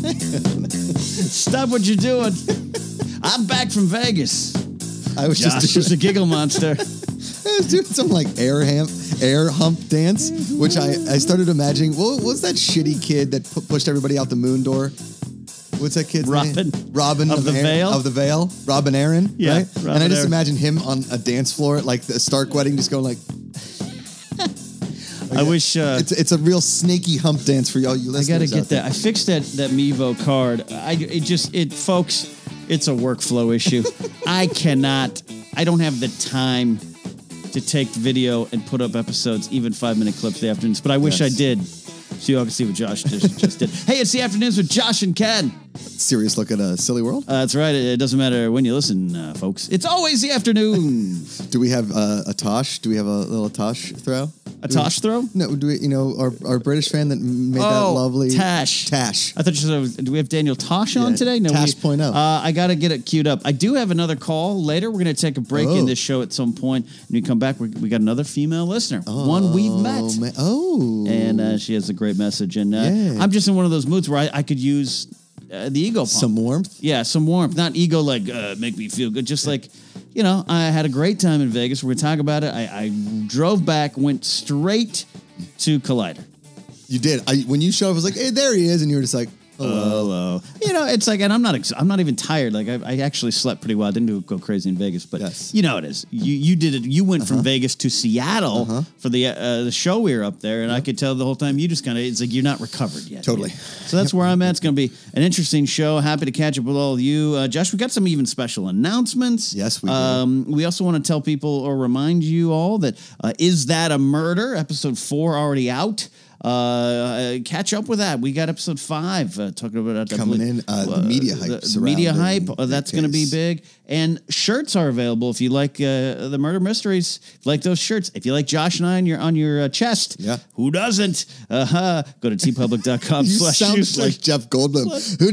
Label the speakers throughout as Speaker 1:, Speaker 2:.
Speaker 1: Stop what you're doing. I'm back from Vegas.
Speaker 2: I was
Speaker 1: Josh
Speaker 2: just
Speaker 1: was
Speaker 2: doing,
Speaker 1: the giggle monster.
Speaker 2: I was doing some like air hump, air hump dance,
Speaker 1: Mm-hmm.
Speaker 2: which I, I started imagining. What what was that shitty kid that pu- pushed everybody out the moon door? What's that kid's
Speaker 1: Robin.
Speaker 2: name? Robin
Speaker 1: Of the
Speaker 2: Aaron-
Speaker 1: Veil?
Speaker 2: Of the Veil. Robin Aaron.
Speaker 1: Yeah,
Speaker 2: Right? and I
Speaker 1: Robin
Speaker 2: just
Speaker 1: Aaron.
Speaker 2: imagine him on a dance floor at like the Stark wedding, just going like,
Speaker 1: I wish uh,
Speaker 2: it's it's a real snaky hump dance for y'all. You
Speaker 1: I gotta
Speaker 2: listeners out
Speaker 1: get that. I fixed that that Mevo card. I it just it folks, it's a workflow issue. I cannot. I don't have the time to take video and put up episodes, even five minute clips the afternoons. But I wish
Speaker 2: Yes.
Speaker 1: I did, so y'all can see what Josh just, just did. Hey, it's the afternoons with Josh and Ken.
Speaker 2: there. Serious look at a silly world.
Speaker 1: Uh, that's right. It, it doesn't matter when you listen, uh, folks. It's always the afternoon.
Speaker 2: Do we have uh, a Tosh? Do we have a little Tosh throw?
Speaker 1: A Tosh throw?
Speaker 2: No, do we, you know our, our British fan that m- made that
Speaker 1: Oh,
Speaker 2: lovely
Speaker 1: Tash.
Speaker 2: Tash.
Speaker 1: I thought you said, was- do we have Daniel Tosh on
Speaker 2: Yeah,
Speaker 1: today? No,
Speaker 2: Tosh
Speaker 1: we,
Speaker 2: point oh.
Speaker 1: Uh, I got to get it queued up. I do have another call later. We're going to take a break
Speaker 2: Oh.
Speaker 1: in this show at some point. And we come back, we, we got another female listener, one we've met.
Speaker 2: Oh, man. oh.
Speaker 1: And uh, she has a great message. And uh,
Speaker 2: Yeah.
Speaker 1: I'm just in one of those moods where I, I could use uh, the ego pump.
Speaker 2: some warmth.
Speaker 1: yeah, some warmth. Not ego like, uh, make me feel good. Just like, you know, I had a great time in Vegas. We're going to talk about it. I, I drove back, went straight to Collider.
Speaker 2: You did. I, when you showed up, I was like, "Hey, there he is," and you were just like, "Oh, "Hello."
Speaker 1: Hello. You know, it's like, and I'm not, ex- I'm not even tired. Like, I, I actually slept pretty well. I didn't do, go crazy in Vegas, but
Speaker 2: Yes. Uh-huh.
Speaker 1: you know it is. You you did it. You went from Vegas to Seattle for the uh, the show we were up there, and I could tell the whole time you just kind of it's like you're not recovered yet.
Speaker 2: Totally.
Speaker 1: So that's where I'm at. It's going to be an interesting show. Happy to catch up with all of you, uh, Josh. We got some even special announcements.
Speaker 2: Yes, we do.
Speaker 1: Um, we also want to tell people or remind you all that uh, is that a murder? Episode four already out. Uh, uh, catch up with that. We got episode five uh, talking about that
Speaker 2: Coming in, uh, the media hype
Speaker 1: the media
Speaker 2: surrounding
Speaker 1: hype. Uh,
Speaker 2: that
Speaker 1: that's going to be
Speaker 2: case.
Speaker 1: big. And shirts are available if you like uh, the murder mysteries. If you like those shirts. If you like Josh and I on your on your uh, chest.
Speaker 2: Yeah.
Speaker 1: Who doesn't? Uh huh. Go to tpublic.com
Speaker 2: You
Speaker 1: slash
Speaker 2: sound
Speaker 1: Houston.
Speaker 2: like Jeff Goldblum. Who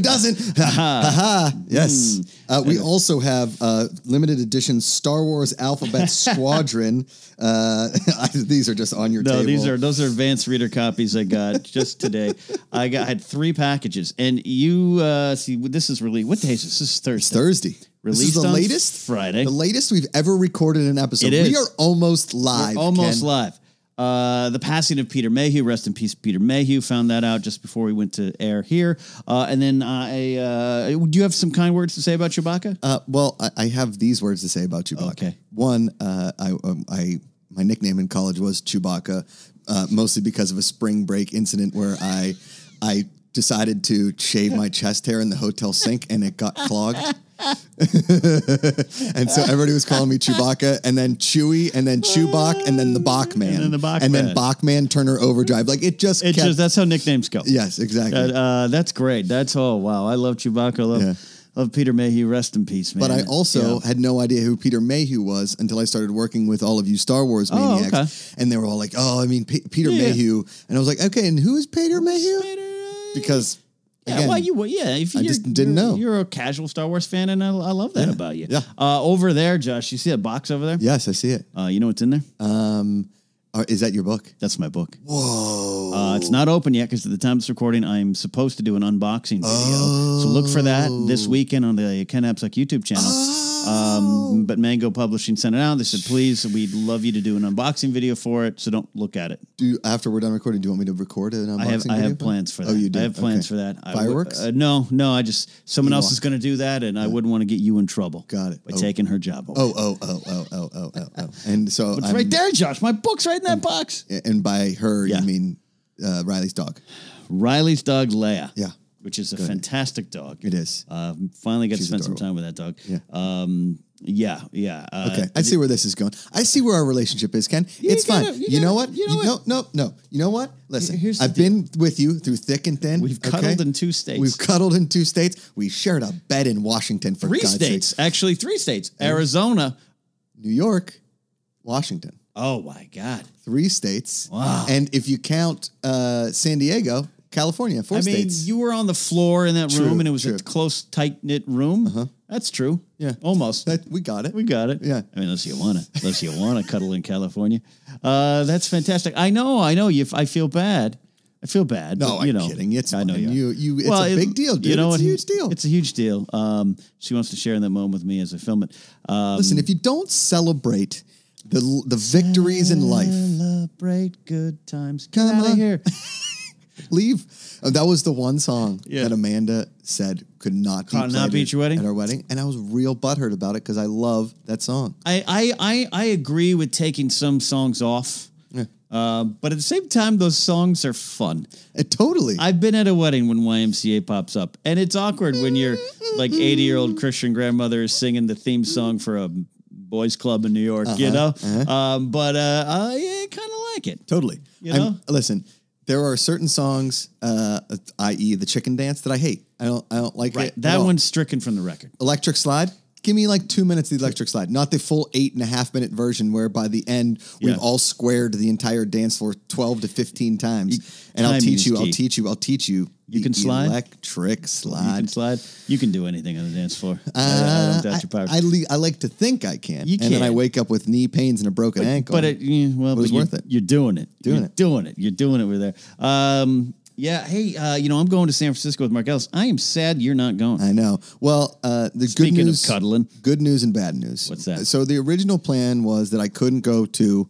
Speaker 2: doesn't? Ha ha. ha. Yes.
Speaker 1: Hmm.
Speaker 2: Uh, we also have uh, limited edition Star Wars Alphabet Squadron. Uh, these are just on your
Speaker 1: No,
Speaker 2: table.
Speaker 1: these are those are advanced reader copies I got just today. I got I had three packages, and you uh, see this is really what day is this? This is Thursday.
Speaker 2: Thursday. this
Speaker 1: Released
Speaker 2: is the
Speaker 1: on
Speaker 2: latest
Speaker 1: Friday.
Speaker 2: The latest we've ever recorded an episode.
Speaker 1: It
Speaker 2: We
Speaker 1: is.
Speaker 2: are almost
Speaker 1: We're
Speaker 2: live.
Speaker 1: almost
Speaker 2: Ken.
Speaker 1: live. Uh, the passing of Peter Mayhew, rest in peace, Peter Mayhew. Found that out just before we went to air here. Uh, and then I, uh, do you have some kind words to say about Chewbacca?
Speaker 2: Uh, well, I, I have these words to say about Chewbacca.
Speaker 1: Okay.
Speaker 2: One, uh, I, um, I, my nickname in college was Chewbacca, uh, mostly because of a spring break incident where I, I decided to shave my chest hair in the hotel sink and it got clogged. and so everybody was calling me Chewbacca, and then Chewy, and then Chewbach, and then the Bachman,
Speaker 1: And then the Bach
Speaker 2: and then
Speaker 1: Man.
Speaker 2: Bachman Turner Overdrive. Like it just,
Speaker 1: It
Speaker 2: kept,
Speaker 1: just that's how nicknames go.
Speaker 2: yes, exactly.
Speaker 1: Uh, uh, that's great. That's oh wow. I love Chewbacca. I love,
Speaker 2: Yeah.
Speaker 1: love Peter Mayhew. Rest in peace, man.
Speaker 2: But I also
Speaker 1: Yeah.
Speaker 2: had no idea who Peter Mayhew was until I started working with all of you Star Wars
Speaker 1: Oh,
Speaker 2: maniacs,
Speaker 1: okay.
Speaker 2: and they were all like, "Oh, I mean, P- Peter
Speaker 1: Yeah.
Speaker 2: Mayhew," and I was like, "Okay, and who is Peter Mayhew?" Because
Speaker 1: Yeah,
Speaker 2: again,
Speaker 1: well, you well, yeah. If
Speaker 2: I
Speaker 1: you're,
Speaker 2: just
Speaker 1: you're-
Speaker 2: didn't know.
Speaker 1: You're a casual Star Wars fan, and I, I love that about you.
Speaker 2: yeah.
Speaker 1: Uh, over there, Josh, you see that box over there?
Speaker 2: yes, I see it.
Speaker 1: Uh, you know what's in there?
Speaker 2: Or is that your book?
Speaker 1: That's my book.
Speaker 2: Whoa!
Speaker 1: Uh, it's not open yet because at the time of this recording, I'm supposed to do an unboxing video. So look for that this
Speaker 2: Oh.
Speaker 1: weekend on the Ken Apsuck YouTube channel.
Speaker 2: Oh.
Speaker 1: Um, but Mango Publishing sent it out. They said, please, we'd love you to do an unboxing video for it. So don't look at it.
Speaker 2: do after we're done recording, do you want me to record an unboxing?
Speaker 1: I have I
Speaker 2: video?
Speaker 1: have plans for that.
Speaker 2: Oh, you do.
Speaker 1: I have plans
Speaker 2: Okay.
Speaker 1: for that. I would-
Speaker 2: Fireworks.
Speaker 1: uh, no, no. I just someone else
Speaker 2: are.
Speaker 1: is going to do that, and I wouldn't want to get you in trouble.
Speaker 2: Got it.
Speaker 1: By
Speaker 2: Oh.
Speaker 1: taking her job. Away.
Speaker 2: oh, oh, oh, oh, oh, oh, oh, oh. And so
Speaker 1: it's
Speaker 2: I'm-
Speaker 1: right there, Josh. My book's right in that box.
Speaker 2: And by her,
Speaker 1: Yeah.
Speaker 2: you mean uh, Riley's dog?
Speaker 1: Riley's dog Leia.
Speaker 2: Yeah.
Speaker 1: Which is a fantastic dog.
Speaker 2: It is.
Speaker 1: Uh, finally got to
Speaker 2: She's
Speaker 1: spend some
Speaker 2: adorable.
Speaker 1: time with that dog.
Speaker 2: Yeah.
Speaker 1: Um. Yeah. Yeah. Uh,
Speaker 2: Okay, I see where this is going. I see where our relationship is, Ken. it's
Speaker 1: gotta-
Speaker 2: fine.
Speaker 1: you
Speaker 2: You,
Speaker 1: gotta-
Speaker 2: know what?
Speaker 1: you know
Speaker 2: no, no, no. You know what? Listen,
Speaker 1: Here- here's the
Speaker 2: I've been with you through thick and thin.
Speaker 1: We've cuddled in two states.
Speaker 2: We've cuddled in two states. We shared a bed in Washington for
Speaker 1: Three
Speaker 2: God's
Speaker 1: states,
Speaker 2: sake.
Speaker 1: actually, three states. Arizona.
Speaker 2: New York, Washington,
Speaker 1: Oh my God.
Speaker 2: three states.
Speaker 1: Wow.
Speaker 2: And if you count uh, San Diego, California, four
Speaker 1: I mean,
Speaker 2: states.
Speaker 1: you were on the floor in that room,
Speaker 2: True,
Speaker 1: and it was a
Speaker 2: true.
Speaker 1: close, tight knit room. Uh-huh. That's true.
Speaker 2: Yeah.
Speaker 1: Almost.
Speaker 2: that, we got it.
Speaker 1: We got it.
Speaker 2: Yeah.
Speaker 1: I mean, unless you want to, unless you want to cuddle in California. Uh, that's fantastic. I know, I know. You, I feel bad. I feel bad.
Speaker 2: No,
Speaker 1: but,
Speaker 2: I'm
Speaker 1: you know,
Speaker 2: kidding. It's
Speaker 1: I know
Speaker 2: fine.
Speaker 1: are.
Speaker 2: you. You. It's
Speaker 1: Well,
Speaker 2: a
Speaker 1: it-
Speaker 2: big deal, dude. it's a
Speaker 1: it-
Speaker 2: huge deal.
Speaker 1: It's a huge deal. Um, she wants to share in that moment with me as I film it. Um,
Speaker 2: Listen, if you don't celebrate the the victories in life,
Speaker 1: Celebrate good times. Get
Speaker 2: Come
Speaker 1: out of
Speaker 2: on.
Speaker 1: here.
Speaker 2: leave. Uh, that was the one song
Speaker 1: Yeah.
Speaker 2: that Amanda said could not be
Speaker 1: Could not
Speaker 2: played
Speaker 1: be at your wedding?
Speaker 2: at our wedding, and I was real butthurt about it because I love that song.
Speaker 1: I, I, I, I agree with taking some songs off. Uh, but at the same time, those songs are fun.
Speaker 2: It totally.
Speaker 1: I've been at a wedding when YMCA pops up, and it's awkward when your like eighty year old Christian grandmother is singing the theme song for a boys club in New York,
Speaker 2: Uh-huh,
Speaker 1: you know. Um, but uh, I kind of like it.
Speaker 2: Totally.
Speaker 1: You
Speaker 2: I'm-
Speaker 1: know?
Speaker 2: listen, there are certain songs, uh, i.e., the chicken dance, that I hate. I don't. I don't like it. at
Speaker 1: that
Speaker 2: all.
Speaker 1: one's stricken from the record.
Speaker 2: Electric slide. Give me like two minutes of the electric slide, not the full eight and a half minute version where by the end we've
Speaker 1: Yeah.
Speaker 2: all squared the entire dance floor twelve to fifteen times. And I'll
Speaker 1: time
Speaker 2: teach
Speaker 1: is
Speaker 2: you. I'll
Speaker 1: key.
Speaker 2: teach you. I'll teach you.
Speaker 1: You
Speaker 2: the
Speaker 1: can slide?
Speaker 2: Electric
Speaker 1: You can
Speaker 2: slide.
Speaker 1: slide. You can do anything on the dance floor. I- I,
Speaker 2: Uh,
Speaker 1: don't doubt your powers.
Speaker 2: I, le- I like to think I can,
Speaker 1: You
Speaker 2: and then I
Speaker 1: can.
Speaker 2: wake up with knee pains and a broken ankle.
Speaker 1: but it, yeah, well,
Speaker 2: was
Speaker 1: but you-
Speaker 2: worth it.
Speaker 1: You're doing it.
Speaker 2: Doing
Speaker 1: you're
Speaker 2: it.
Speaker 1: Doing it. You're doing it. We're there. Um, yeah. Hey, uh, you know, I'm going to San Francisco with Mark Ellis. I am sad you're not going.
Speaker 2: I know. Well, uh, the
Speaker 1: Speaking
Speaker 2: Uh, good
Speaker 1: of
Speaker 2: news,
Speaker 1: cuddling.
Speaker 2: good news and bad news.
Speaker 1: What's that?
Speaker 2: So the original plan was that I couldn't go to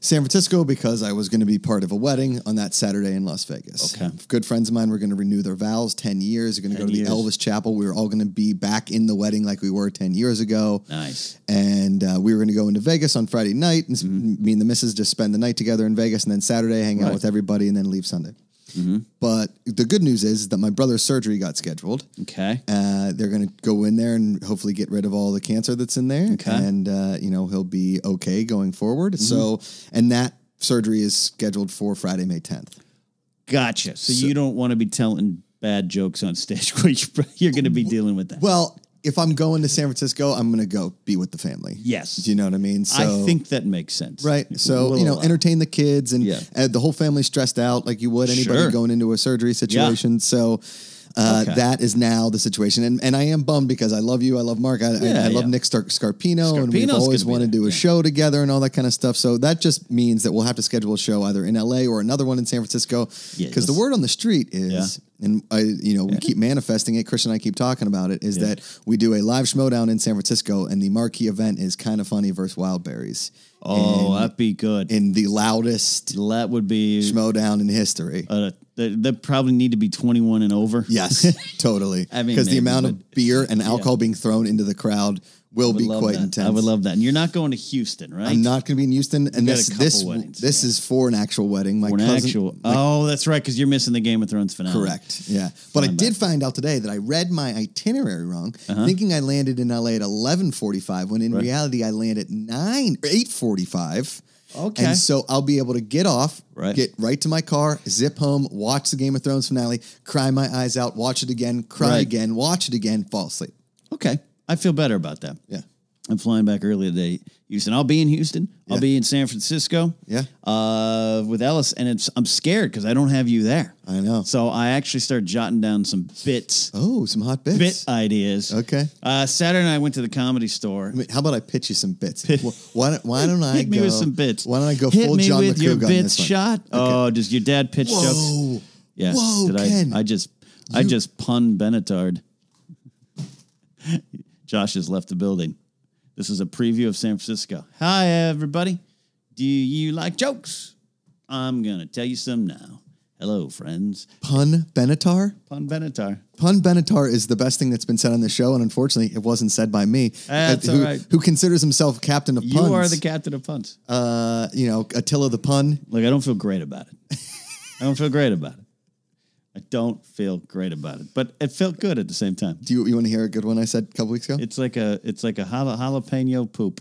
Speaker 2: San Francisco because I was going to be part of a wedding on that Saturday in Las Vegas.
Speaker 1: Okay.
Speaker 2: Good friends of mine were going to renew their vows. Ten years. They're going to go
Speaker 1: 10
Speaker 2: to
Speaker 1: years.
Speaker 2: the Elvis Chapel. We were all going to be back in the wedding like we were ten years ago.
Speaker 1: Nice. Mm-hmm.
Speaker 2: And uh, we were going to go into Vegas on Friday night, and s- me and the missus just spend the night together in Vegas, and then Saturday hang
Speaker 1: Right. Mm-hmm.
Speaker 2: out with everybody, and then leave Sunday. But the good news is that my brother's surgery got scheduled.
Speaker 1: Okay.
Speaker 2: Uh, they're going to go in there and hopefully get rid of all the cancer that's in there,
Speaker 1: Okay. Mm-hmm.
Speaker 2: and uh, you know he'll be okay going forward. So, and that surgery is scheduled for Friday, May tenth.
Speaker 1: Gotcha. So, you don't want to be telling bad jokes on stage where you're, you're going to be dealing with that.
Speaker 2: Well, if I'm going to San Francisco, I'm going to go be with the family.
Speaker 1: Yes.
Speaker 2: do you know what I mean? So,
Speaker 1: I think that makes sense.
Speaker 2: right. So
Speaker 1: We'll
Speaker 2: you know,
Speaker 1: allow.
Speaker 2: entertain the kids and
Speaker 1: Yeah.
Speaker 2: uh, the whole family stressed out like you would anybody
Speaker 1: Sure.
Speaker 2: going into a surgery situation. So. Uh,
Speaker 1: Okay.
Speaker 2: That is now the situation, and, and I am bummed because I love you, I love Mark, I, I- I,
Speaker 1: Yeah,
Speaker 2: love
Speaker 1: yeah.
Speaker 2: Nick Star- Scarpino,
Speaker 1: Scarpino's
Speaker 2: and we've always
Speaker 1: gonna be
Speaker 2: wanted to
Speaker 1: there,
Speaker 2: do a
Speaker 1: yeah.
Speaker 2: show together and all that kind of stuff. So that just means that we'll have to schedule a show either in LA or another one in San Francisco. Because
Speaker 1: Yes.
Speaker 2: the word on the street is, and I, you know, we keep manifesting it. Chris and I keep talking about it. Is that we do a live showdown in San Francisco, and the marquee event is kind of funny versus Wild Berries.
Speaker 1: oh, that'd be good.
Speaker 2: in the loudest
Speaker 1: that would be.
Speaker 2: showdown in history.
Speaker 1: Uh, they, they probably need to be 21 and over.
Speaker 2: yes, totally.
Speaker 1: I mean,
Speaker 2: because the
Speaker 1: maybe,
Speaker 2: amount of beer and alcohol being thrown into the crowd will be
Speaker 1: Love
Speaker 2: quite
Speaker 1: that.
Speaker 2: intense.
Speaker 1: I would love that. And you're not going to Houston, right?
Speaker 2: I'm not going to be in Houston, and
Speaker 1: got a
Speaker 2: this
Speaker 1: couple
Speaker 2: this
Speaker 1: weddings,
Speaker 2: this is for an actual wedding. My
Speaker 1: Or an
Speaker 2: cousin,
Speaker 1: actual. oh, that's right, because you're missing the Game of Thrones finale.
Speaker 2: Correct. Yeah. But I did find out today that I read my itinerary wrong,
Speaker 1: Uh-huh.
Speaker 2: thinking I landed in LA at 11:45 when in reality I land at 9 or 8:45.
Speaker 1: Okay.
Speaker 2: And so I'll be able to get off,
Speaker 1: Right.
Speaker 2: get right to my car, zip home, watch the Game of Thrones finale, cry my eyes out, watch it again, cry
Speaker 1: Right.
Speaker 2: again, watch it again, fall asleep.
Speaker 1: Okay. I feel better about that.
Speaker 2: Yeah.
Speaker 1: I'm flying back early today, Houston. I'll be in Houston. I'll
Speaker 2: Yeah.
Speaker 1: be in San Francisco.
Speaker 2: Yeah.
Speaker 1: Uh, with Ellis, and it's I'm scared because I don't have you there.
Speaker 2: I know.
Speaker 1: So I actually started jotting down some bits,
Speaker 2: Oh, some hot bits.
Speaker 1: bit ideas.
Speaker 2: Okay.
Speaker 1: Uh, Saturday night, I went to the comedy store.
Speaker 2: I mean, how about I pitch you some bits? Wh- why, don't- why don't I
Speaker 1: Hit me
Speaker 2: go,
Speaker 1: with some bits.
Speaker 2: Why don't I go
Speaker 1: Hit
Speaker 2: full
Speaker 1: me
Speaker 2: John
Speaker 1: with
Speaker 2: McCougar
Speaker 1: your
Speaker 2: on
Speaker 1: bits
Speaker 2: this one?
Speaker 1: shot? Oh, does your dad pitch
Speaker 2: Whoa.
Speaker 1: jokes? Yeah.
Speaker 2: Whoa,
Speaker 1: Did I-
Speaker 2: Ken.
Speaker 1: I, just I
Speaker 2: You-
Speaker 1: just pun Benetard. Josh has left the building. This is a preview of San Francisco. Hi everybody. Do you like jokes? I'm gonna tell you some now. Hello, friends.
Speaker 2: Pun Benatar?
Speaker 1: Pun Benatar.
Speaker 2: Pun Benatar is the best thing that's been said on the show, and unfortunately, it wasn't said by me.
Speaker 1: That's
Speaker 2: Uh, who,
Speaker 1: all right.
Speaker 2: who considers himself captain of
Speaker 1: You
Speaker 2: puns?
Speaker 1: are the captain of puns.
Speaker 2: uh, you know Attila the pun.
Speaker 1: Look, I don't feel great about it. I don't feel great about it. I don't feel great about it, but it felt good at the same time.
Speaker 2: Do you, you want to hear a good one I said a couple weeks ago?
Speaker 1: It's like a it's like a jala- jalapeno poop.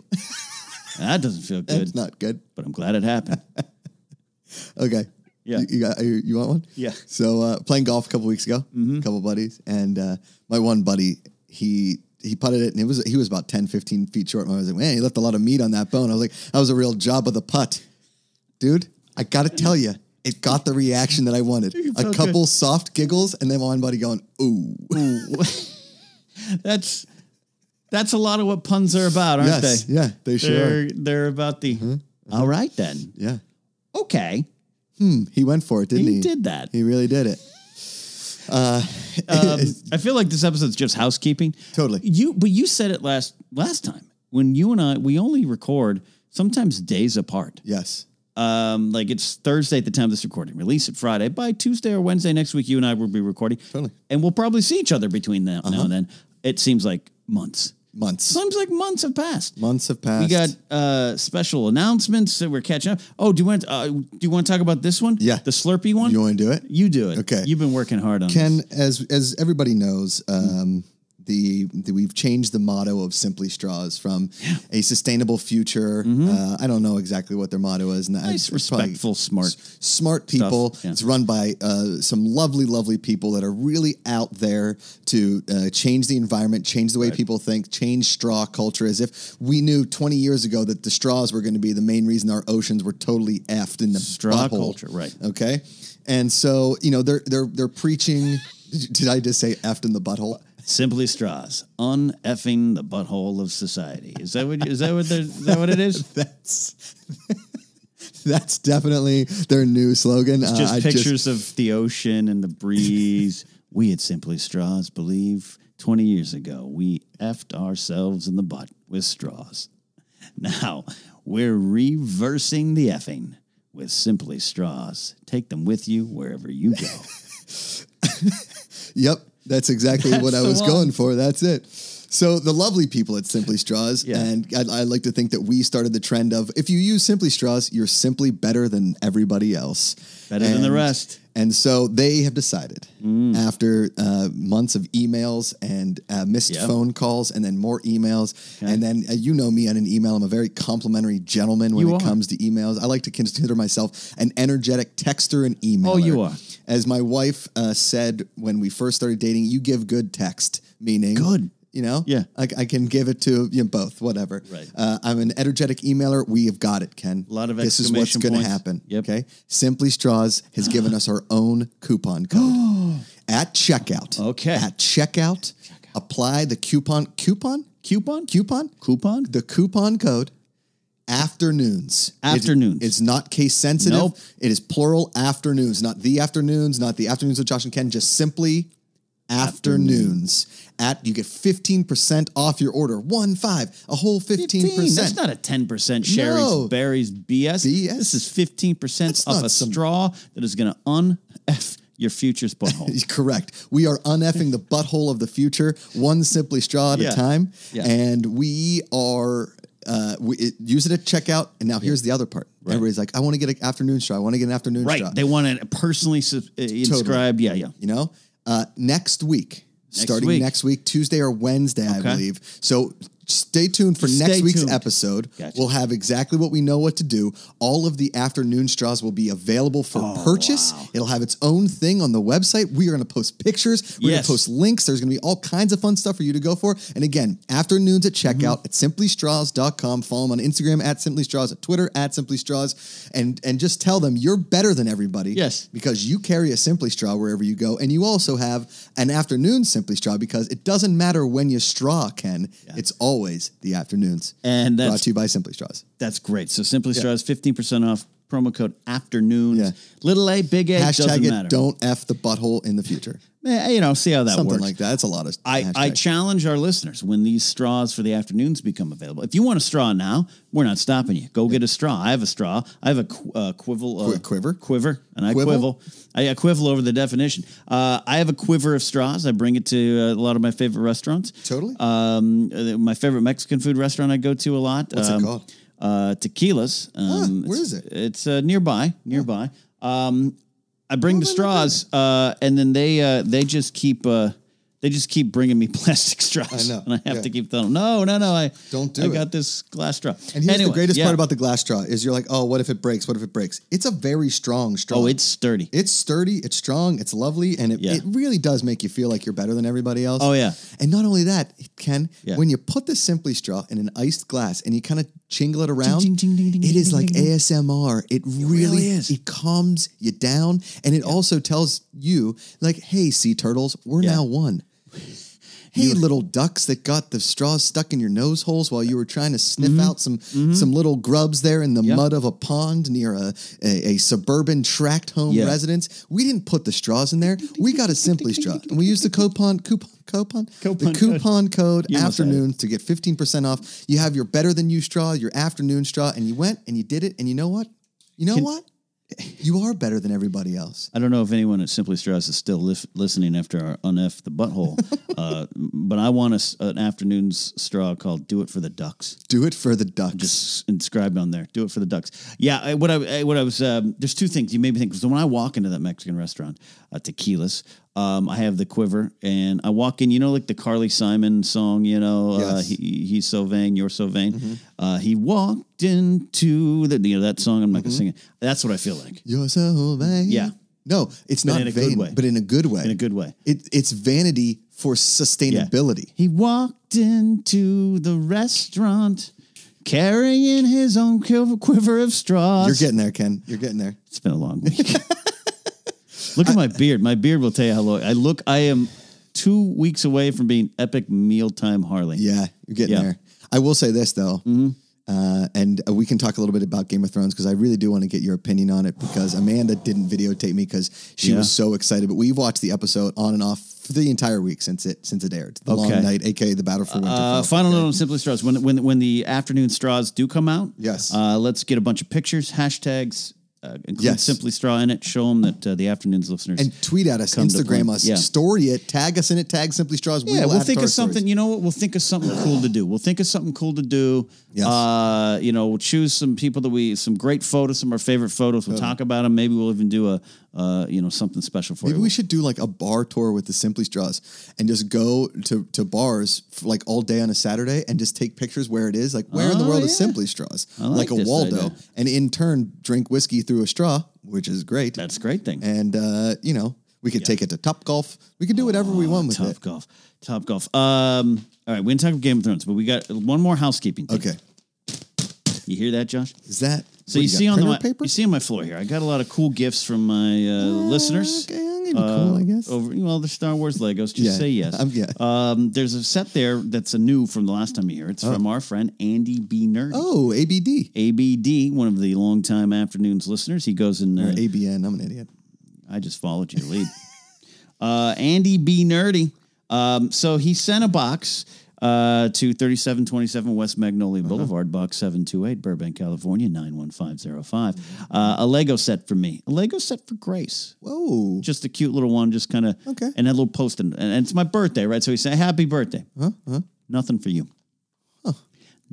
Speaker 1: that doesn't feel good,
Speaker 2: It's not good.
Speaker 1: but I'm glad it happened.
Speaker 2: Okay.
Speaker 1: Yeah.
Speaker 2: You, you, got, you, you want one?
Speaker 1: Yeah. Mm-hmm.
Speaker 2: So uh, playing golf a couple weeks ago, a couple buddies, and uh, my one buddy, he he putted it, and it was he was about 10, 15 feet short. And I was like, man, he left a lot of meat on that bone. I was like, that was a real job of the putt, dude. I got to tell you, it got the reaction that I wanted. A
Speaker 1: felt
Speaker 2: couple soft giggles, and then my one buddy going, ooh.
Speaker 1: that's that's a lot of what puns are about, aren't
Speaker 2: Yes,
Speaker 1: they?
Speaker 2: yeah, they sure. Mm-hmm,
Speaker 1: They're
Speaker 2: Are.
Speaker 1: they're about the all right then.
Speaker 2: Yeah.
Speaker 1: Okay.
Speaker 2: He went for it, didn't he?
Speaker 1: He did that.
Speaker 2: He really did it.
Speaker 1: Um, I feel like this episode's just housekeeping.
Speaker 2: Totally.
Speaker 1: You, but you said it last last time when you and I we only record sometimes days apart.
Speaker 2: Yes.
Speaker 1: Um, like it's Thursday at the time of this recording. Release it Friday. By Tuesday or Wednesday next week, you and I will be recording,
Speaker 2: Totally. Uh-huh.
Speaker 1: and we'll probably see each other between now, now and then. It seems like months.
Speaker 2: Months.
Speaker 1: Seems like months have passed.
Speaker 2: Months have passed.
Speaker 1: We got uh, special announcements that we're catching up. Oh, do you want uh, do you want to talk about this one?
Speaker 2: Yeah.
Speaker 1: the Slurpee one.
Speaker 2: You want to do it?
Speaker 1: You do it.
Speaker 2: Okay.
Speaker 1: You've been working hard on this.
Speaker 2: Ken, as as everybody knows, um, the, the we've changed the motto of Simply Straws from a sustainable future. Uh, I don't know exactly what their motto is. and I-
Speaker 1: Nice,
Speaker 2: it's probably
Speaker 1: respectful, smart.
Speaker 2: smart people.
Speaker 1: yeah.
Speaker 2: It's run by uh, some lovely, lovely people that are really out there to uh, change the environment, change the way people think, change straw culture. As if we knew 20 years ago that the straws were going to be the main reason our oceans were totally effed in the
Speaker 1: Straw
Speaker 2: butthole.
Speaker 1: culture, right.
Speaker 2: Okay, and so you know they're they're they're preaching. Did I just say effed in the butthole?
Speaker 1: Simply straws, uneffing the butthole of society. Is that what? Is that what? they're- Is that what it is?
Speaker 2: That's that's definitely their new slogan. Uh,
Speaker 1: Just
Speaker 2: I
Speaker 1: pictures of the ocean and the breeze. we at Simply Straws believe twenty years ago we effed ourselves in the butt with straws. Now we're reversing the effing with Simply Straws. Take them with you wherever you go.
Speaker 2: Yep, that's exactly what I
Speaker 1: the
Speaker 2: was
Speaker 1: one.
Speaker 2: going for. That's it. So the lovely people at Simply Straws,
Speaker 1: Yeah.
Speaker 2: and I, I like to think that we started the trend of if you use Simply Straws, you're simply better than everybody else,
Speaker 1: Better than the rest.
Speaker 2: And so they have decided
Speaker 1: Mm.
Speaker 2: after uh, months of emails and uh, missed
Speaker 1: Yeah.
Speaker 2: phone calls, and then more emails, and then uh, you know me on an email. I'm a very complimentary gentleman when
Speaker 1: You
Speaker 2: it
Speaker 1: are.
Speaker 2: comes to emails. I like to consider myself an energetic texter and emailer.
Speaker 1: Oh, you are.
Speaker 2: As my wife uh, said when we first started dating, you give good text, meaning
Speaker 1: Good.
Speaker 2: You know,
Speaker 1: Yeah.
Speaker 2: I, I can give it to you know, both, whatever.
Speaker 1: Right.
Speaker 2: Uh, I'm an energetic emailer. We have got it, Ken.
Speaker 1: Lot of
Speaker 2: this is what's
Speaker 1: exclamation
Speaker 2: going to
Speaker 1: points.
Speaker 2: happen.
Speaker 1: Yep.
Speaker 2: Okay. Simply Straws has given us our own coupon code at checkout.
Speaker 1: Okay.
Speaker 2: At checkout, apply the coupon coupon
Speaker 1: Coupon?
Speaker 2: coupon
Speaker 1: Coupon?
Speaker 2: the coupon code afternoons. It-
Speaker 1: Afternoons.
Speaker 2: it's not case sensitive.
Speaker 1: Nope.
Speaker 2: It is plural afternoons, not the afternoons, not the afternoons with Josh and Ken, just simply afternoons. At you get 15% off your order. One five, a whole 15%.
Speaker 1: 15. That's not a 10% Sherry's
Speaker 2: No.
Speaker 1: Berries BS.
Speaker 2: BS.
Speaker 1: This is 15% off
Speaker 2: not
Speaker 1: a
Speaker 2: some-
Speaker 1: straw that is going to un-F your future's butthole.
Speaker 2: Correct. We are uneffing the butthole of the future, one simply straw at
Speaker 1: Yeah.
Speaker 2: a time,
Speaker 1: Yeah.
Speaker 2: and we are. Uh, we it, use it at checkout, and now here's the other part. Everybody's like, "I want to get an afternoon straw. I want to get an afternoon straw."
Speaker 1: right. They want it personally sub- uh, inscribed. Yeah, yeah.
Speaker 2: you know, uh, next week, starting
Speaker 1: week.
Speaker 2: next week, Tuesday or Wednesday, I believe. So stay tuned for
Speaker 1: Stay
Speaker 2: next week's
Speaker 1: tuned.
Speaker 2: episode.
Speaker 1: Gotcha.
Speaker 2: We'll have exactly what we know what to do. All of the afternoon straws will be available for
Speaker 1: Oh,
Speaker 2: purchase. It'll have its own thing on the website. We are going to post pictures. We're going
Speaker 1: Yes.
Speaker 2: to post links. There's going to be all kinds of fun stuff for you to go for. And again, afternoons at
Speaker 1: Mm-hmm.
Speaker 2: checkout at simplystraws.com. Follow them on Instagram at simplystraws, at Twitter at simplystraws, and and just tell them you're better than everybody.
Speaker 1: Yes.
Speaker 2: Because you carry a Simply Straw wherever you go, and you also have an afternoon Simply Straw because it doesn't matter when you straw, Ken. It's always the afternoons.
Speaker 1: And
Speaker 2: Brought
Speaker 1: that's
Speaker 2: to you by Simply Straws.
Speaker 1: that's great. So Simply Straws, 15% off. Promo code afternoons.
Speaker 2: Yeah.
Speaker 1: Little A, big A, doesn't
Speaker 2: Hashtag it
Speaker 1: matter.
Speaker 2: don't F the butthole in the future.
Speaker 1: Eh, you know, see how that
Speaker 2: Something
Speaker 1: works.
Speaker 2: like that. It's a lot of
Speaker 1: I, I
Speaker 2: hashtags.
Speaker 1: challenge our listeners when these straws for the afternoons become available. If you want a straw now, we're not stopping you. Go get a straw. I have a straw. I have a qu- uh, quivel. Uh,
Speaker 2: Qui- quiver?
Speaker 1: Quiver. And I
Speaker 2: Quivel?
Speaker 1: quivel. I, I quivel over the definition. Uh, I have a quiver of straws. I bring it to uh, a lot of my favorite restaurants.
Speaker 2: Totally.
Speaker 1: Um, uh, my favorite Mexican food restaurant I go to a lot. What's
Speaker 2: it called?
Speaker 1: Uh, tequilas. Um,
Speaker 2: Huh, where
Speaker 1: it's-
Speaker 2: is it?
Speaker 1: It's uh, nearby. Nearby. Um, I
Speaker 2: Oh,
Speaker 1: bring the straws, uh, and then they uh, they just keep uh, they just keep bringing me plastic straws,
Speaker 2: I know,
Speaker 1: and I have
Speaker 2: yeah.
Speaker 1: to keep telling them, no, no, no, I
Speaker 2: Don't do
Speaker 1: I
Speaker 2: it."
Speaker 1: got this glass straw.
Speaker 2: and here's
Speaker 1: Anyway,
Speaker 2: the greatest
Speaker 1: yeah.
Speaker 2: part about the glass straw is you're like, oh, what if it breaks? What if it breaks? It's a very strong straw.
Speaker 1: oh, it's sturdy.
Speaker 2: It's sturdy, it's strong, it's lovely, and it,
Speaker 1: Yeah.
Speaker 2: it really does make you feel like you're better than everybody else.
Speaker 1: Oh, yeah.
Speaker 2: And not only that, Ken,
Speaker 1: Yeah.
Speaker 2: when you put the Simply Straw in an iced glass and you kind of chingle it around,
Speaker 1: ding, ding, ding, ding,
Speaker 2: it
Speaker 1: ding,
Speaker 2: is
Speaker 1: ding,
Speaker 2: like
Speaker 1: ding, ding.
Speaker 2: ASMR. It, really,
Speaker 1: really is.
Speaker 2: It calms you down, and it also tells you, like, hey, sea turtles, we're
Speaker 1: Yeah.
Speaker 2: now one. "Hey, little ducks that got the straws stuck in your nose holes while you were trying to sniff
Speaker 1: Mm-hmm.
Speaker 2: out some some little grubs there in the mud of a pond near a a, a suburban tract home
Speaker 1: Yeah.
Speaker 2: residence. We didn't put the straws in there. We got a simply straw, and we used the coupon coupon." Coupon,
Speaker 1: Coupon
Speaker 2: the
Speaker 1: code.
Speaker 2: coupon code
Speaker 1: almost had it.
Speaker 2: afternoon to get 15% off. You have your better than you straw, your afternoon straw, and you went and you did it. And you know what? You know what? You are better than everybody else.
Speaker 1: I don't know if anyone at Simply Strauss is still lif- listening after our unf the butthole, uh, but I want a s an afternoon's straw called "Do It for the Ducks."
Speaker 2: Do it for the ducks.
Speaker 1: s- inscribed on there. Do it for the ducks. Yeah, I, what I I- what I was um, there's two things you made me think. So when I walk into that Mexican restaurant, uh, Tequilas, um, I have the quiver, and I walk in. You know, like the Carly Simon song. You know, uh,
Speaker 2: Yes. Mm-hmm.
Speaker 1: he, he's so vain, you're so vain. Uh, he walked into the you know that song. I'm not
Speaker 2: Mm-hmm.
Speaker 1: gonna sing it. That's what I feel like
Speaker 2: You're so vain.
Speaker 1: Yeah.
Speaker 2: No, it's not
Speaker 1: in a good
Speaker 2: vain,
Speaker 1: way.
Speaker 2: but in a good way.
Speaker 1: in a good way.
Speaker 2: It, it's vanity for sustainability.
Speaker 1: He walked into the restaurant carrying his own quiver quiver of straws.
Speaker 2: You're getting there, Ken. You're getting there.
Speaker 1: It's been a long week. look at my beard. My beard will tell you how long I look. I am two weeks away from being epic mealtime Harley.
Speaker 2: Yeah, you're getting
Speaker 1: Yeah. Mm-hmm.
Speaker 2: there. I will say this though, uh, and uh, we can talk a little bit about Game of Thrones because I really do want to get your opinion on it because Amanda didn't videotape me because she
Speaker 1: Yeah.
Speaker 2: was so excited. But we've watched the episode on and off for the entire week since it since it aired. The
Speaker 1: Okay.
Speaker 2: long night, aka the battle for Winterfell.
Speaker 1: Uh, final note on Simply Straws. When, when when the afternoon straws do come out,
Speaker 2: Yes.
Speaker 1: uh, let's get a bunch of pictures, hashtags, uh, include
Speaker 2: Yes.
Speaker 1: Simply Straw in it. Show them that uh, the afternoon's listeners.
Speaker 2: and tweet at us,
Speaker 1: to
Speaker 2: Instagram
Speaker 1: play.
Speaker 2: us,
Speaker 1: Yeah.
Speaker 2: story it, tag us in it, tag Simply Straws.
Speaker 1: yeah,
Speaker 2: will
Speaker 1: we'll
Speaker 2: add it to
Speaker 1: think
Speaker 2: our
Speaker 1: of something.
Speaker 2: stories.
Speaker 1: You know what? We'll think of something cool to do. We'll think of something cool to do.
Speaker 2: Yes.
Speaker 1: Uh, you know, we'll choose some people that we some great photos, some of our favorite photos. We'll talk about them. Maybe we'll even do a uh, you know something special for
Speaker 2: Maybe
Speaker 1: you.
Speaker 2: we should do like a bar tour with the Simply Straws and just go to, to bars for like all day on a Saturday and just take pictures where it is. Like, where in the
Speaker 1: Oh,
Speaker 2: world
Speaker 1: yeah.
Speaker 2: is Simply Straws?
Speaker 1: like
Speaker 2: a
Speaker 1: this
Speaker 2: Waldo.
Speaker 1: idea.
Speaker 2: And in turn, drink whiskey through a straw, which is great.
Speaker 1: That's a great thing.
Speaker 2: and, uh, you know, we could take it to Top Golf. We could do whatever we want with
Speaker 1: Top
Speaker 2: it.
Speaker 1: golf. Top golf. Um, all right, we didn't talk about Game of Thrones, but we got one more housekeeping. Thing.
Speaker 2: Okay.
Speaker 1: You hear that, Josh?
Speaker 2: Is that.
Speaker 1: So you, see on the
Speaker 2: paper?
Speaker 1: you see on my floor here. I got a lot of cool gifts from my uh, listeners.
Speaker 2: okay, I'm getting Ah, cool, I guess.
Speaker 1: uh, Over Oh, well, they're Star Wars Legos. Just
Speaker 2: Yeah,
Speaker 1: say yes.
Speaker 2: I'm- yeah.
Speaker 1: Um, there's a set there that's a new from the last time you here. It's from our friend Andy B. Nerd.
Speaker 2: Oh, ABD.
Speaker 1: ABD, one of the longtime afternoons listeners. He goes and uh,
Speaker 2: ABN. I'm an idiot.
Speaker 1: I just followed your lead. uh, Andy B. Nerdy. Um, so he sent a box uh, to 3727 West Magnolia
Speaker 2: Uh-huh.
Speaker 1: Boulevard, box 728, Burbank, California, 91505. Uh, a Lego set for me, a Lego set for Grace.
Speaker 2: Whoa.
Speaker 1: Just a cute little one, just kind of,
Speaker 2: Okay.
Speaker 1: and a little post. And, and it's my birthday, right? So he said, Happy birthday.
Speaker 2: Uh-huh,
Speaker 1: Nothing for you.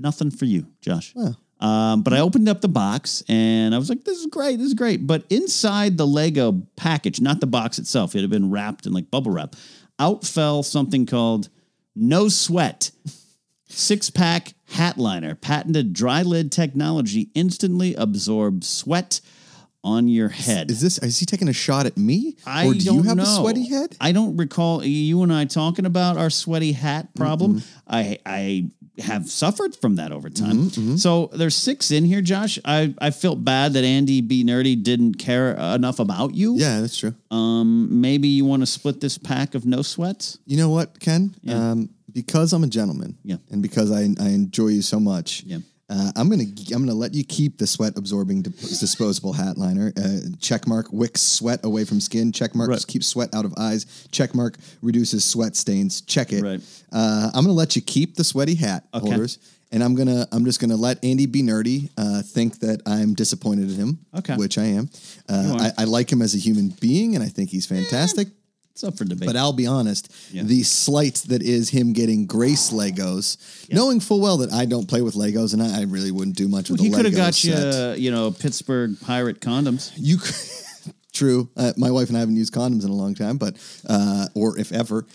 Speaker 1: Nothing for you, Josh. Um, but I opened up the box and I was like, this is great. This is great. But inside the Lego package, not the box itself, it had been wrapped in like bubble wrap, out fell something called No Sweat. Six pack hat liner, patented dry lid technology, instantly absorbs sweat on your head.
Speaker 2: Is this, is he taking a shot at me?
Speaker 1: I
Speaker 2: or do
Speaker 1: don't
Speaker 2: you have
Speaker 1: know.
Speaker 2: a sweaty head?
Speaker 1: I don't recall you and I talking about our sweaty hat problem. I I have suffered from that over time.
Speaker 2: Mm-hmm,
Speaker 1: So there's six in here, Josh. I, I felt bad that Andy B. Nerdy didn't care enough about you.
Speaker 2: Yeah, that's true.
Speaker 1: Maybe you want to split this pack of no sweats.
Speaker 2: You know what, Ken? Um, because I'm a gentleman,
Speaker 1: Yeah.
Speaker 2: and because I, I enjoy you so much,
Speaker 1: Yeah.
Speaker 2: uh, I'm gonna I'm gonna let you keep the sweat absorbing dip- disposable hat liner. Uh, check mark wicks sweat away from skin. Check mark
Speaker 1: Right.
Speaker 2: keeps sweat out of eyes. Check mark reduces sweat stains. Check it.
Speaker 1: Right.
Speaker 2: Uh, I'm gonna let you keep the sweaty hat holders, and I'm gonna I'm just gonna let Andy be nerdy. Uh, think that I'm disappointed in him.
Speaker 1: Okay.
Speaker 2: Which I am. Uh,
Speaker 1: are. Eh.
Speaker 2: I, I like him as a human being, and I think he's fantastic.
Speaker 1: It's up for debate.
Speaker 2: But I'll be honest,
Speaker 1: Yeah.
Speaker 2: the slight that is him getting Grace Legos, knowing full well that I don't play with Legos and I, I really wouldn't do much with
Speaker 1: he
Speaker 2: a
Speaker 1: could
Speaker 2: Lego
Speaker 1: have got you,
Speaker 2: set.
Speaker 1: uh, you know, Pittsburgh pirate condoms.
Speaker 2: You, c- true. Uh, my wife and I haven't used condoms in a long time, but uh, or if ever.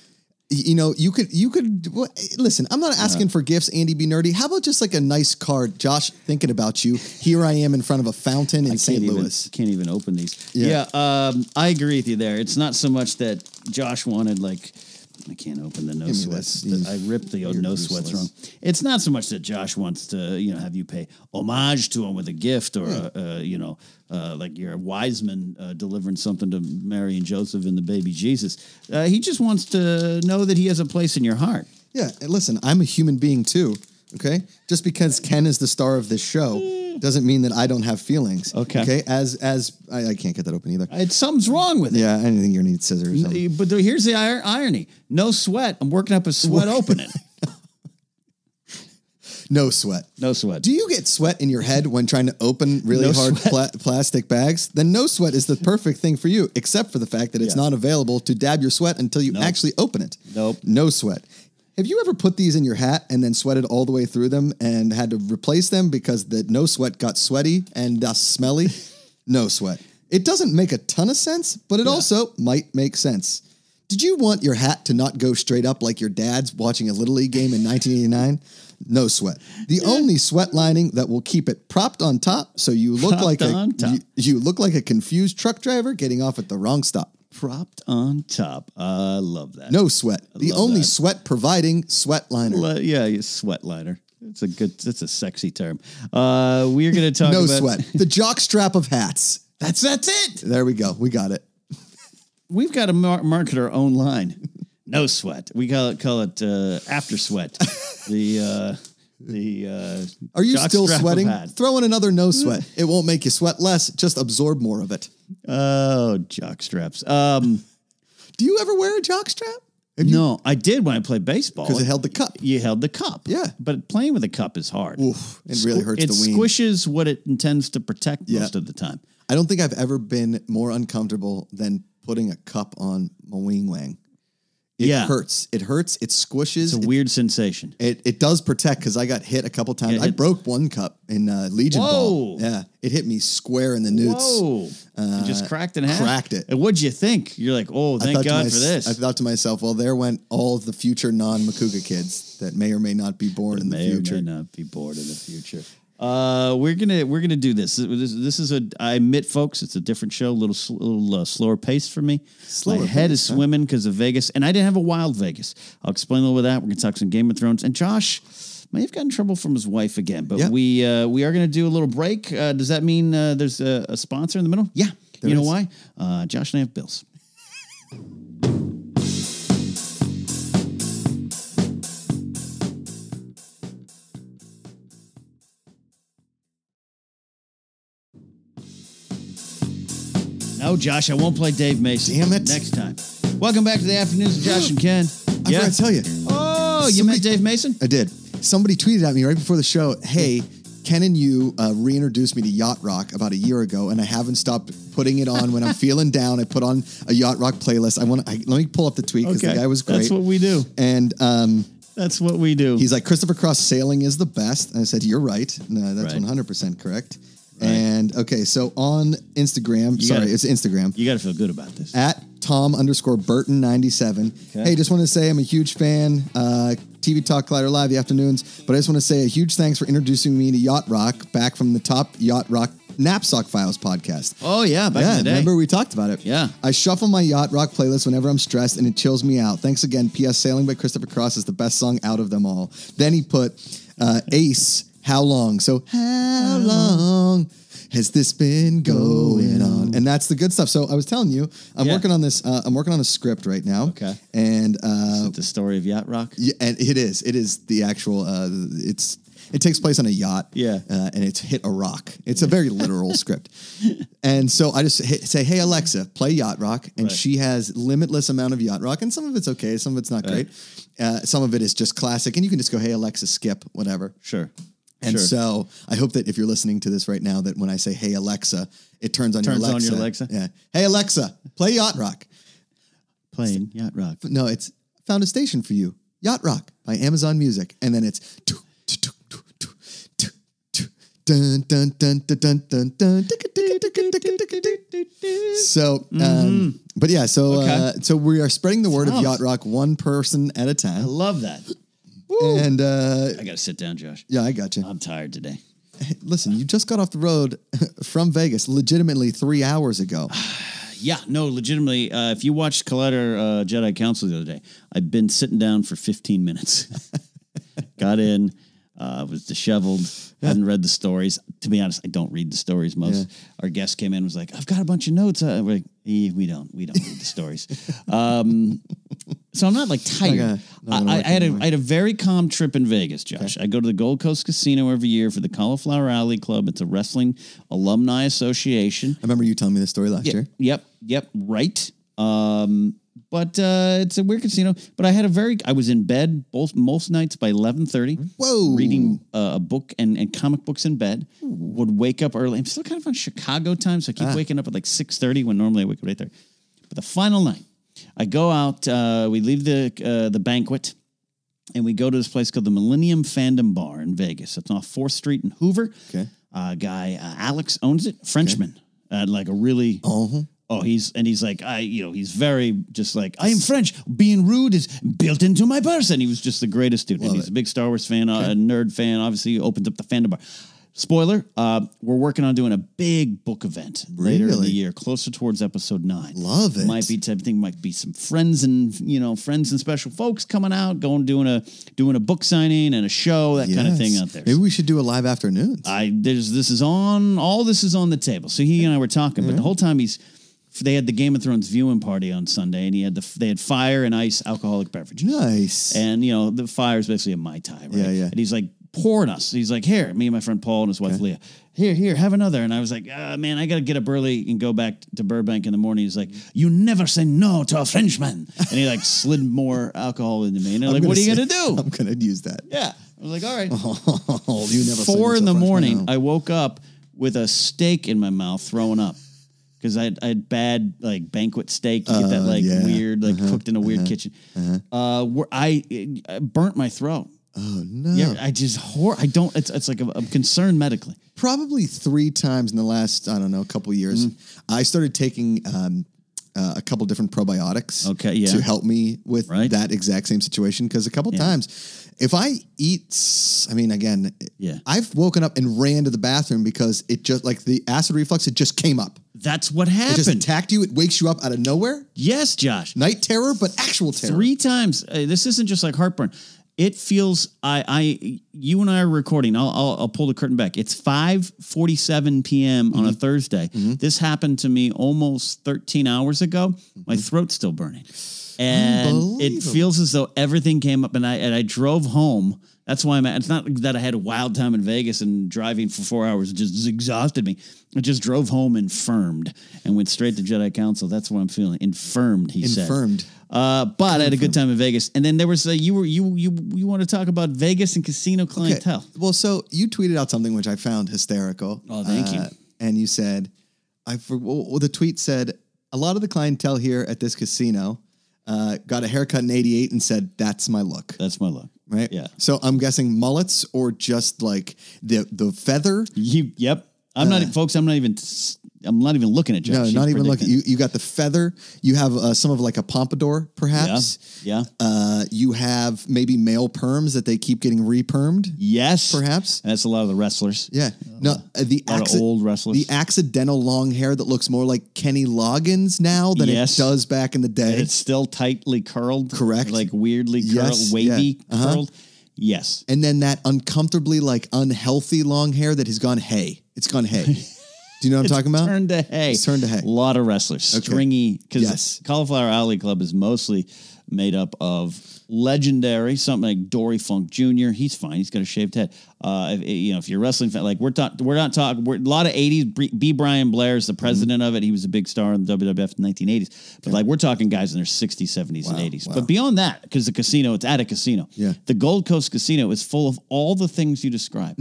Speaker 2: Y- You know, you could, you could wha- listen. I'm not asking
Speaker 1: Uh-huh.
Speaker 2: for gifts, Andy. Be nerdy. How about just like a nice card, Josh? Thinking about you. Here I am in front of a fountain in St.
Speaker 1: Can't even-
Speaker 2: Louis.
Speaker 1: can't even open these.
Speaker 2: Yeah.
Speaker 1: Yeah, um, I agree with you there. It's not so much that Josh wanted like I can't open the no
Speaker 2: me that
Speaker 1: sweats. The-
Speaker 2: you
Speaker 1: I ripped the
Speaker 2: weird
Speaker 1: no sweats
Speaker 2: useless.
Speaker 1: wrong. It's not so much that Josh wants to, you know, have you pay homage to him with a gift or, a, uh, you know, uh, like you're a wise man uh, delivering something to Mary and Joseph and the baby Jesus. Uh, he just wants to know that he has a place in your heart.
Speaker 2: Yeah, and listen, I'm a human being too. Okay, just because Ken is the star of this show doesn't mean that I don't have feelings.
Speaker 1: Okay.
Speaker 2: Okay. As as I, I can't get that open either.
Speaker 1: It, something's wrong with it.
Speaker 2: yeah, I didn't think you're gonna need scissors. Um,
Speaker 1: But there- here's the ir- irony: no sweat. I'm working up a sweat opening.
Speaker 2: no sweat.
Speaker 1: No sweat.
Speaker 2: Do you get sweat in your head when trying to open really
Speaker 1: No
Speaker 2: hard pla- plastic bags? Then no sweat is the perfect thing for you, except for the fact that it's
Speaker 1: Yeah.
Speaker 2: not available to dab your sweat until you actually open it.
Speaker 1: Nope.
Speaker 2: No sweat. Have you ever put these in your hat and then sweated all the way through them and had to replace them because the no sweat got sweaty and thus smelly? no sweat. It doesn't make a ton of sense, but it also might make sense. Did you want your hat to not go straight up like your dad's watching a Little League game in 1989? No sweat. The only sweat lining that will keep it propped on top so you look
Speaker 1: Propped
Speaker 2: like a,
Speaker 1: on top.
Speaker 2: You, you look like a confused truck driver getting off at the wrong stop.
Speaker 1: propped on top. I love that.
Speaker 2: No sweat. The
Speaker 1: love
Speaker 2: only
Speaker 1: that.
Speaker 2: sweat providing sweat liner.
Speaker 1: Le- yeah, you sweat liner. It's a good. That's a sexy term. Uh, we are going to talk.
Speaker 2: no
Speaker 1: about,
Speaker 2: sweat. The jock strap of hats.
Speaker 1: That's that's it.
Speaker 2: There we go. We got it.
Speaker 1: We've got to mar- market our own line. No sweat. We call it call it uh, after sweat. the uh, the uh,
Speaker 2: Are you
Speaker 1: jock
Speaker 2: still
Speaker 1: strap of
Speaker 2: sweating?
Speaker 1: hat.
Speaker 2: Throw in another no sweat. it won't make you sweat less, just absorb more of it.
Speaker 1: Oh, jock straps. Um,
Speaker 2: Do you ever wear a jock strap?
Speaker 1: no, I did when I played baseball
Speaker 2: Because it held the cup.
Speaker 1: You held the cup.
Speaker 2: Yeah.
Speaker 1: but playing with a cup is hard.
Speaker 2: Oof, it really
Speaker 1: Squ-
Speaker 2: hurts
Speaker 1: It
Speaker 2: the ween.
Speaker 1: squishes what it intends to protect most of the time.
Speaker 2: I don't think I've ever been more uncomfortable than putting a cup on my wing wang. It
Speaker 1: Yeah.
Speaker 2: hurts. It hurts. It
Speaker 1: It's
Speaker 2: squishes.
Speaker 1: a weird sensation.
Speaker 2: it, it does protect because I got hit a couple times.
Speaker 1: Yeah,
Speaker 2: I
Speaker 1: it-
Speaker 2: broke one cup in uh, Legion ball.
Speaker 1: Whoa.
Speaker 2: Yeah, it hit me square in the newts.
Speaker 1: Whoa! you just cracked it in half.
Speaker 2: uh, cracked it.
Speaker 1: And what'd you think? You're like, oh,
Speaker 2: I
Speaker 1: thank
Speaker 2: thought to
Speaker 1: God
Speaker 2: mys-
Speaker 1: for this.
Speaker 2: I thought to myself, well, there went all of the future non Makuga kids that may or may not be born in the
Speaker 1: may
Speaker 2: future.
Speaker 1: or may not be bored in the future. Uh, we're gonna we're gonna do this. This, this is a I admit, folks, it's a different show, a little sl- little uh, slower pace for me.
Speaker 2: Slower
Speaker 1: My head
Speaker 2: pace,
Speaker 1: is
Speaker 2: huh?
Speaker 1: swimming because of Vegas, and I didn't have a wild Vegas. I'll explain a little bit of that. We're gonna talk some Game of Thrones, and Josh may have gotten in trouble from his wife again, but
Speaker 2: Yeah.
Speaker 1: we uh, we are gonna do a little break. Uh, does that mean uh, there's a, a sponsor in the middle? Yeah,
Speaker 2: There
Speaker 1: you know
Speaker 2: is.
Speaker 1: why? Uh, Josh and I have bills. No, Josh, I won't play Dave Mason.
Speaker 2: Damn it.
Speaker 1: Next time. Welcome back to the afternoons of Josh and Ken.
Speaker 2: I forgot to tell you.
Speaker 1: Oh, you met Dave Mason?
Speaker 2: I did. Somebody tweeted at me right before the show, hey, Ken and you uh, reintroduced me to Yacht Rock about a year ago, and I haven't stopped putting it on when I'm feeling down. I put on a Yacht Rock playlist. I want to let me pull up the tweet because the guy was great.
Speaker 1: That's what we do.
Speaker 2: and um,
Speaker 1: That's what we do.
Speaker 2: he's like, Christopher Cross sailing is the best. And I said, You're right. No, that's
Speaker 1: Right.
Speaker 2: 100% correct. And okay, so on Instagram, sorry,
Speaker 1: gotta-
Speaker 2: it's Instagram.
Speaker 1: you got to feel good about this.
Speaker 2: at Tom underscore Burton 97.
Speaker 1: Okay.
Speaker 2: Hey, just want to say I'm a huge fan. Uh, TV Talk Collider Live, the afternoons. But I just want to say a huge thanks for introducing me to Yacht Rock back from the top Yacht Rock Knapsack Files podcast.
Speaker 1: Oh, yeah, back
Speaker 2: yeah,
Speaker 1: in the day.
Speaker 2: remember we talked about it.
Speaker 1: Yeah.
Speaker 2: I shuffle my Yacht Rock playlist whenever I'm stressed and it chills me out. Thanks again. P.S. Sailing by Christopher Cross is the best song out of them all. Then he put uh, Ace, How Long? So, how long has this been going on? And that's the good stuff. So, I was telling you, I'm
Speaker 1: Yeah.
Speaker 2: working on this, uh, I'm working on a script right now.
Speaker 1: Okay.
Speaker 2: And, uh,
Speaker 1: the story of Yacht Rock.
Speaker 2: yeah, and it is, it is the actual, uh, it's, it takes place on a yacht.
Speaker 1: Yeah.
Speaker 2: Uh, and it's hit a rock. It's a very literal script. And so I just hit, say, "Hey Alexa, play Yacht Rock," and
Speaker 1: Right.
Speaker 2: she has limitless amount of Yacht Rock, and some of it's okay, some of it's not
Speaker 1: Right.
Speaker 2: great, uh, some of it is just classic, and you can just go, "Hey Alexa, skip whatever."
Speaker 1: Sure.
Speaker 2: And
Speaker 1: sure.
Speaker 2: so I hope that if you're listening to this right now, that when I say "Hey Alexa," it turns on
Speaker 1: Turns
Speaker 2: your
Speaker 1: on
Speaker 2: Alexa.
Speaker 1: your Alexa?
Speaker 2: Yeah. Hey Alexa, play Yacht Rock.
Speaker 1: playing Yacht Rock.
Speaker 2: But no, it's found a station for you, Yacht Rock by Amazon Music, and then it's. Dun, dun, dun, dun, dun, dun, dun, So, um, but yeah, so uh,
Speaker 1: Mm-hmm. Okay.
Speaker 2: so we are spreading the word of
Speaker 1: Sounds-
Speaker 2: Yacht Rock one person at a
Speaker 1: I
Speaker 2: time,
Speaker 1: love that.
Speaker 2: and uh,
Speaker 1: I got to sit down, Josh.
Speaker 2: yeah, I got you.
Speaker 1: I'm tired today.
Speaker 2: Listen, you just got off the road from Vegas, legitimately three hours ago.
Speaker 1: Yeah, no, legitimately. Uh, if you watched Collider uh, Jedi Council the other day, I'd been sitting down for 15 minutes. Got in, uh, was disheveled, hadn't read the stories. To be honest, I don't read the stories most. Our guest came in and was like, I've got a bunch of notes. Uh, we're like, "Eh, we don't, we don't read the stories. Um, so I'm not like tired.
Speaker 2: Okay. Not gonna
Speaker 1: I, I,
Speaker 2: work
Speaker 1: I had a, I had a very calm trip in Vegas, Josh. I go to the Gold Coast Casino every year for the Cauliflower Alley Club. It's a wrestling alumni association.
Speaker 2: I remember you telling me this story last year.
Speaker 1: Yep, yep, right. Um, but uh, it's a weird casino. But I had a very I was in bed both most nights by eleven thirty.
Speaker 2: Whoa.
Speaker 1: reading uh, a book and, and comic books in bed. Would wake up early. I'm still kind of on Chicago time, so I keep waking up at like six thirty when normally I wake up right there. But the final night, I go out. Uh, we leave the uh, the banquet and we go to this place called the Millennium Fandom Bar in Vegas. It's off Fourth Street in Hoover.
Speaker 2: Okay.
Speaker 1: uh, guy uh, Alex owns it. Frenchman, uh, like a really.
Speaker 2: Uh-huh.
Speaker 1: Oh, he's and he's like I, you know, he's very just like I am French. Being rude is built into my person. He was just the greatest dude, and he's a big Star Wars fan, uh, a nerd fan. Obviously, he opens up the fandom bar. Spoiler: uh, We're working on doing a big book event later in the
Speaker 2: Really?
Speaker 1: year, closer towards episode nine.
Speaker 2: Love it.
Speaker 1: Might be I think might be some friends and you know friends and special folks coming out, going doing a doing a book signing and a show that kind of thing
Speaker 2: Yes.
Speaker 1: out there. Uh,
Speaker 2: Maybe we should do a live afternoon.
Speaker 1: I there's this is on all this is on the table. So he and I were talking,
Speaker 2: Mm-hmm.
Speaker 1: but the whole time he's they had the Game of Thrones viewing party on Sunday, and he had the they had fire and ice alcoholic beverages,
Speaker 2: nice.
Speaker 1: and you know the fire is basically a mai tai, right?
Speaker 2: Yeah, yeah.
Speaker 1: And he's like pouring us. He's like, here, me and my friend Paul and his wife Leah, here, here, have another. And I was like, ah, man, I got to get up early and go back to Burbank in the morning. He's like,
Speaker 2: Mm-hmm.
Speaker 1: you never say no to a Frenchman, and he like slid more alcohol into me, and I'm, like,
Speaker 2: I'm
Speaker 1: what are you
Speaker 2: say-
Speaker 1: gonna do?
Speaker 2: I'm gonna use that.
Speaker 1: yeah, I was like, all right
Speaker 2: Oh, you never say
Speaker 1: four in
Speaker 2: yourself
Speaker 1: the
Speaker 2: French,
Speaker 1: morning,
Speaker 2: no.
Speaker 1: I woke up with a steak in my mouth, throwing up because I, I had bad like banquet steak. You get that like
Speaker 2: Oh, yeah. Uh-huh.
Speaker 1: weird, like cooked in a weird kitchen. Uh, where I, I burnt my throat.
Speaker 2: Oh no.
Speaker 1: Yeah, I just hor. I don't. It's it's like I'm, I'm concerned medically.
Speaker 2: probably three times in the last I don't know couple years.
Speaker 1: Mm.
Speaker 2: I started taking um, uh, a couple different probiotics.
Speaker 1: Okay, yeah.
Speaker 2: to help me with
Speaker 1: Right.
Speaker 2: that exact same situation because a couple times, if I eat, s- I mean, again,
Speaker 1: Yeah.
Speaker 2: I've woken up and ran to the bathroom because it just like the acid reflux, it just came up.
Speaker 1: That's what
Speaker 2: It just
Speaker 1: happened.
Speaker 2: attacked you. It wakes you up out of nowhere.
Speaker 1: yes, Josh.
Speaker 2: Night terror, but actual terror.
Speaker 1: Three times. Uh, this isn't just like heartburn. It feels I I you and I are recording. I'll I'll, I'll pull the curtain back. It's five forty seven p.m. on a
Speaker 2: Mm-hmm.
Speaker 1: Thursday. This happened to me almost thirteen hours ago. My throat's still burning, and it
Speaker 2: Mm-hmm. Unbelievable.
Speaker 1: feels as though everything came up. And I and I drove home. That's why I'm. It's not that I had a wild time in Vegas and driving for four hours just exhausted me. I just drove home infirmed and went straight to Jedi Council. That's what I'm feeling. Infirmed, he said.
Speaker 2: Infirmed.
Speaker 1: Uh, but I had a good time in Vegas, and then there was a, you were you you you want to talk about Vegas and casino
Speaker 2: Okay.
Speaker 1: clientele?
Speaker 2: Well, so you tweeted out something which I found hysterical. Uh,
Speaker 1: Oh, thank you.
Speaker 2: And you said, I for, well, well, the tweet said, a lot of the clientele here at this casino uh, got a haircut in 88 and said, that's my look.
Speaker 1: That's my luck,
Speaker 2: Right.
Speaker 1: Uh, Yeah.
Speaker 2: So I'm guessing mullets or just like the the feather.
Speaker 1: You yep. I'm not folks. I'm not even I'm not even looking at Josh.
Speaker 2: Uh, No,
Speaker 1: He's
Speaker 2: not even looking.
Speaker 1: predicting.
Speaker 2: You you got the feather. You have uh, some of like a pompadour, perhaps.
Speaker 1: Yeah. yeah.
Speaker 2: Uh, you have maybe male perms that they keep getting repermed.
Speaker 1: yes.
Speaker 2: perhaps.
Speaker 1: And that's a lot of the wrestlers.
Speaker 2: Yeah. No, uh, the
Speaker 1: lot of old wrestlers.
Speaker 2: The accidental long hair that looks more like Kenny Loggins now than
Speaker 1: Yes.
Speaker 2: it does back in the day.
Speaker 1: And it's still tightly curled.
Speaker 2: Correct.
Speaker 1: Like weirdly curled,
Speaker 2: Yes,
Speaker 1: wavy
Speaker 2: yeah. Uh-huh.
Speaker 1: curled. Yes.
Speaker 2: and then that uncomfortably like unhealthy long hair that has gone hay. It's gone hay. Do you know what I'm talking about?
Speaker 1: Turned to hay.
Speaker 2: It's turned to hay.
Speaker 1: A lot of wrestlers. Stringy. Because
Speaker 2: Yes.
Speaker 1: Cauliflower Alley Club is mostly made up of legendary, something like Dory Funk Jr. He's fine. He's got a shaved head. Uh, if, you know, if you're a wrestling fan, like we're talk, we're not talking, we're a lot of 80s. B. B. Brian Blair is the president
Speaker 2: Mm-hmm.
Speaker 1: of it. He was a big star in the WWF in the 1980s. But like we're talking guys in their 60s, 70s, and 80s. But beyond that, because the casino, it's at a casino.
Speaker 2: Yeah.
Speaker 1: The Gold Coast Casino is full of all the things you described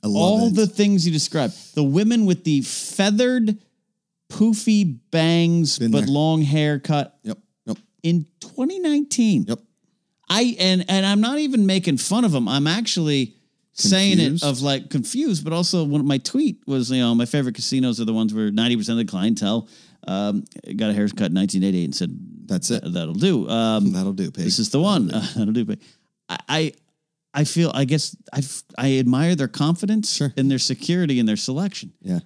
Speaker 2: I love
Speaker 1: all
Speaker 2: it.
Speaker 1: the things you described. The women with the feathered, poofy bangs,
Speaker 2: Been
Speaker 1: but
Speaker 2: there.
Speaker 1: long haircut
Speaker 2: Yep. Yep.
Speaker 1: in 2019.
Speaker 2: Yep.
Speaker 1: I and and I'm not even making fun of them. I'm actually saying it
Speaker 2: Confused?
Speaker 1: of like confused, but also one of my tweet was you know my favorite casinos are the ones where 90 percent of the clientele um, got a haircut in 1988 and said
Speaker 2: That's it.
Speaker 1: that'll do. Um,
Speaker 2: That'll do, pig.
Speaker 1: this is the one. Uh, that'll do. But I, I, I feel. I guess I, I admire their confidence
Speaker 2: Sure.
Speaker 1: and their security in their selection.
Speaker 2: yeah.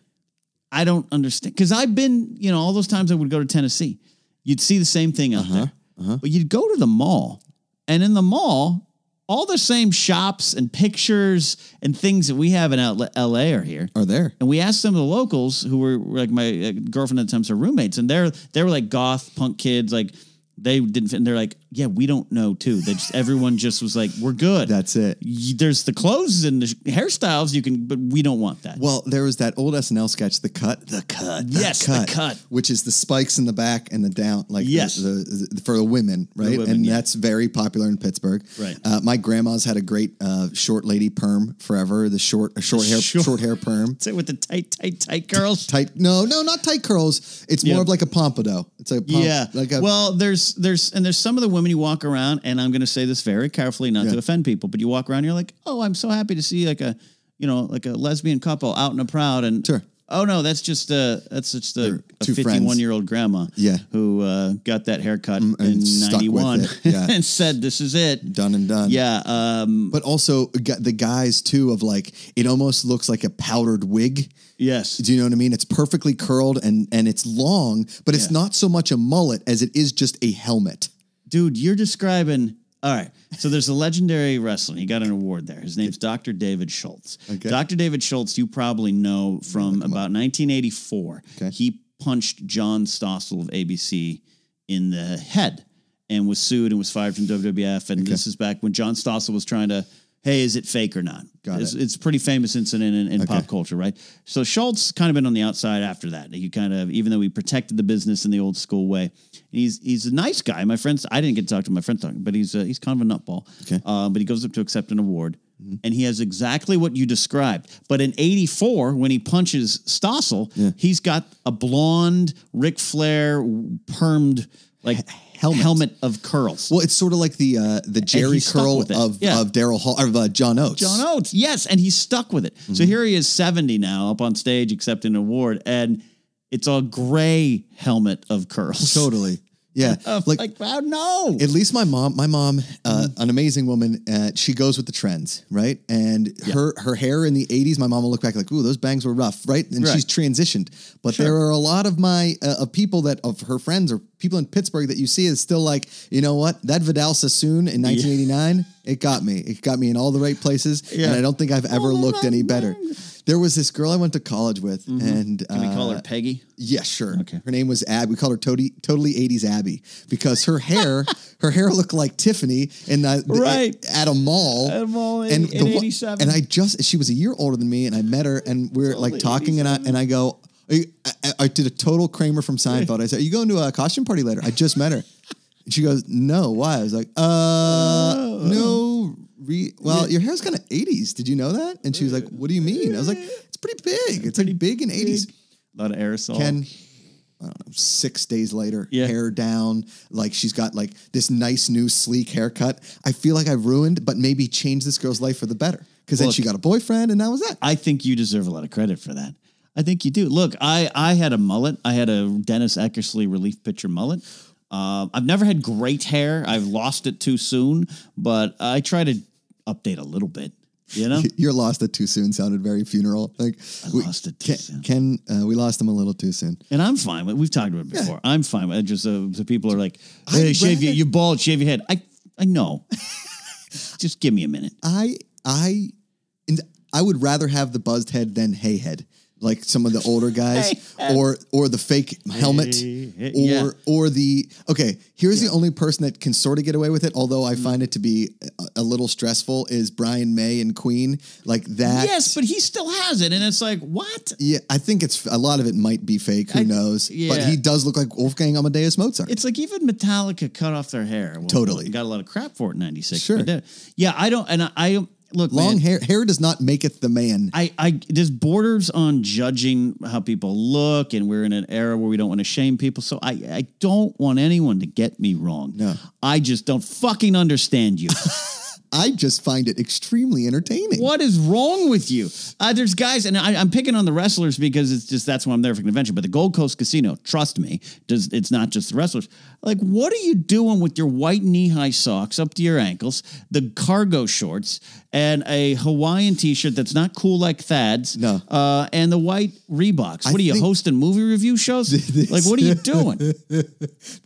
Speaker 1: I don't understand because I've been, you know, all those times I would go to Tennessee, you'd see the same thing out there, but you'd go to the mall, and in the mall, all the same shops and pictures and things that we have in L- L.A. are here.
Speaker 2: Are there?
Speaker 1: And we asked some of the locals who were were like my uh, girlfriend at the time, so roommates, and they're they were like goth punk kids, like they didn't fit. And they're like, yeah, we don't know too. They just everyone just was like, we're good.
Speaker 2: That's it.
Speaker 1: Y- There's the clothes and the sh- hairstyles you can, but we don't want that.
Speaker 2: Well, there was that old SNL sketch, The Cut. The Cut.
Speaker 1: Yes, The Cut.
Speaker 2: Which is the spikes in the back and the down, like
Speaker 1: Yes.
Speaker 2: the, the, the- for the women, right?
Speaker 1: women,
Speaker 2: and
Speaker 1: yeah.
Speaker 2: that's very popular in Pittsburgh.
Speaker 1: Right.
Speaker 2: Uh, my grandma's had a great uh, short lady perm forever, the short, short hair,
Speaker 1: short-
Speaker 2: short hair perm.
Speaker 1: Say with the tight, tight, tight girls.
Speaker 2: Tight, no, no, not tight curls. It's
Speaker 1: Yeah.
Speaker 2: more of like a pompadour. It's like a pomp,
Speaker 1: Yeah.
Speaker 2: like a,
Speaker 1: well, there's there's and there's some of the women you walk around, and I'm going to say this very carefully, not to
Speaker 2: Yeah.
Speaker 1: offend people, but you walk around, you're like, oh, I'm so happy to see like a, you know, like a lesbian couple out and a proud, and
Speaker 2: Sure.
Speaker 1: Oh no, that's just uh that's just a, a
Speaker 2: two friends.
Speaker 1: 51 year old grandma,
Speaker 2: Yeah. Mm,
Speaker 1: who uh, got that haircut
Speaker 2: and
Speaker 1: in
Speaker 2: stuck with
Speaker 1: '91
Speaker 2: it. Yeah.
Speaker 1: and said, "This is it."
Speaker 2: done and done.
Speaker 1: Yeah, um,
Speaker 2: But also gu- the guys too of like it almost looks like a powdered wig.
Speaker 1: yes,
Speaker 2: Do you know what I mean? It's perfectly curled and and it's long, but it's
Speaker 1: Yeah.
Speaker 2: not so much a mullet as it is just a helmet.
Speaker 1: dude, you're describing. All right. So there's a legendary wrestler. He got an award there. His name's Dr. David Schultz.
Speaker 2: Okay.
Speaker 1: Dr. David Schultz, you probably know from about 1984.
Speaker 2: Okay.
Speaker 1: He punched John Stossel of ABC in the head and was sued and was fired from WWF. And this is back when John Stossel was trying to, hey, is it fake or not?
Speaker 2: Got
Speaker 1: it's,
Speaker 2: it.
Speaker 1: it's a pretty famous incident in, in pop culture, right? So Schultz kind of been on the outside after that. He kind of, even though he protected the business in the old school way, and he's he's a nice guy. My friends, I didn't get to talk to him, my friends talking, but he's uh, he's kind of a nutball.
Speaker 2: Okay.
Speaker 1: Uh, but he goes up to accept an award, and he has exactly what you described. But in '84, when he punches Stossel, he's got a blonde Ric Flair permed like helmet. of curls.
Speaker 2: Well, it's sort of like the uh, the Jerry
Speaker 1: he's stuck
Speaker 2: curl
Speaker 1: with it.
Speaker 2: of
Speaker 1: Yeah.
Speaker 2: of Daryl Hall of uh, John Oates.
Speaker 1: John Oates. Yes, and he's stuck with it. So here he is, seventy now, up on stage accepting an award, and it's a gray helmet of curls.
Speaker 2: Totally. Yeah.
Speaker 1: like, like wow, no.
Speaker 2: At least my mom, my mom, uh,
Speaker 1: Mm-hmm.
Speaker 2: an amazing woman. Uh, she goes with the trends, right? And her her hair in the '80s, my mom will look back like, "Ooh, those bangs were rough," right? And
Speaker 1: Right.
Speaker 2: she's transitioned. But there are a lot of my uh, of people that of her friends or people in Pittsburgh that you see is still like, you know what? That Vidal Sassoon in 1989, it got me. It got me in all the right places,
Speaker 1: Yeah.
Speaker 2: and I don't think I've ever
Speaker 1: Oh,
Speaker 2: looked any
Speaker 1: my
Speaker 2: better. There was this girl I went to college with, and
Speaker 1: Mm-hmm. Can we
Speaker 2: uh,
Speaker 1: call her Peggy?
Speaker 2: yeah, sure.
Speaker 1: Okay.
Speaker 2: Her name was Ab. We called her Tody, totally '80s Abby because her hair, her hair looked like Tiffany in the, the-
Speaker 1: Right.
Speaker 2: at a mall.
Speaker 1: At a mall in-
Speaker 2: the
Speaker 1: in
Speaker 2: one-
Speaker 1: 87.
Speaker 2: And I just she was a year older than me, and I met her, and we are like talking, and I and I go, I, I, I did a total Kramer from Seinfeld. I said, "Are you going to a costume party later?" I just met her. And she goes, "No, why?" I was like,
Speaker 1: Oh.
Speaker 2: "Uh, no." Re- well, your hair's kind of 80s. Did you know that? And she was like, "What do you mean?" I was like, "It's pretty big. It's pretty big in 80s."
Speaker 1: A lot of aerosol.
Speaker 2: Ken, I don't know, six days later,
Speaker 1: Oh. Yeah.
Speaker 2: hair down, like she's got like this nice new sleek haircut. I feel like I ruined, but maybe changed this girl's life for the better. Because then
Speaker 1: Look.
Speaker 2: she got a boyfriend, and that was that.
Speaker 1: I think you deserve a lot of credit for that. I think you do. Look, I I had a mullet. I had a Dennis Eckersley relief pitcher mullet. Um, I've never had great hair. I've lost it too soon, but I try to update a little bit. You know,
Speaker 2: Your lost it too soon sounded very funeral. Like we,
Speaker 1: lost it too
Speaker 2: Ken,
Speaker 1: soon.
Speaker 2: Ken uh, we lost him a little too soon.
Speaker 1: and I'm fine with. We've talked about it before. I'm fine with. It. Just uh, the people are like, "Hey,
Speaker 2: I'd
Speaker 1: shave your
Speaker 2: rather-
Speaker 1: you bald, shave your head." I I know. Just give me a minute.
Speaker 2: I I and I would rather have the buzzed head than hay head, like some of the older guys, or or the fake helmet, or
Speaker 1: yeah.
Speaker 2: or the okay. Here's the only person that can sort of get away with it, although
Speaker 1: Mm.
Speaker 2: I find it to be a, a little stressful. Is Brian May and Queen like that?
Speaker 1: Yes, but he still has it, and it's like, what?
Speaker 2: Yeah, I think it's a lot of it might be fake. Who knows? But
Speaker 1: yeah.
Speaker 2: he does look like Wolfgang Amadeus Mozart.
Speaker 1: It's like even Metallica cut off their hair. Well,
Speaker 2: Totally.
Speaker 1: got a lot of crap for it in '96.
Speaker 2: Sure.
Speaker 1: but that- yeah, I don't, and I, I look
Speaker 2: Long
Speaker 1: man,
Speaker 2: hair hair does not maketh the man.
Speaker 1: I, I, this borders on judging how people look, and we're in an era where we don't want to shame people. So I, I don't want anyone to get me wrong.
Speaker 2: No.
Speaker 1: I just don't fucking understand you.
Speaker 2: I just find it extremely entertaining.
Speaker 1: What is wrong with you? Uh, there's guys, and I, I'm picking on the wrestlers because it's just that's why I'm there for convention. But the Gold Coast Casino, trust me, does it's not just the wrestlers. Like, what are you doing with your white knee high socks up to your ankles, the cargo shorts, and a Hawaiian t shirt that's not cool like Thad's?
Speaker 2: No.
Speaker 1: Uh, and the white Reeboks. What are you
Speaker 2: think-
Speaker 1: hosting movie review shows? like, what are you doing?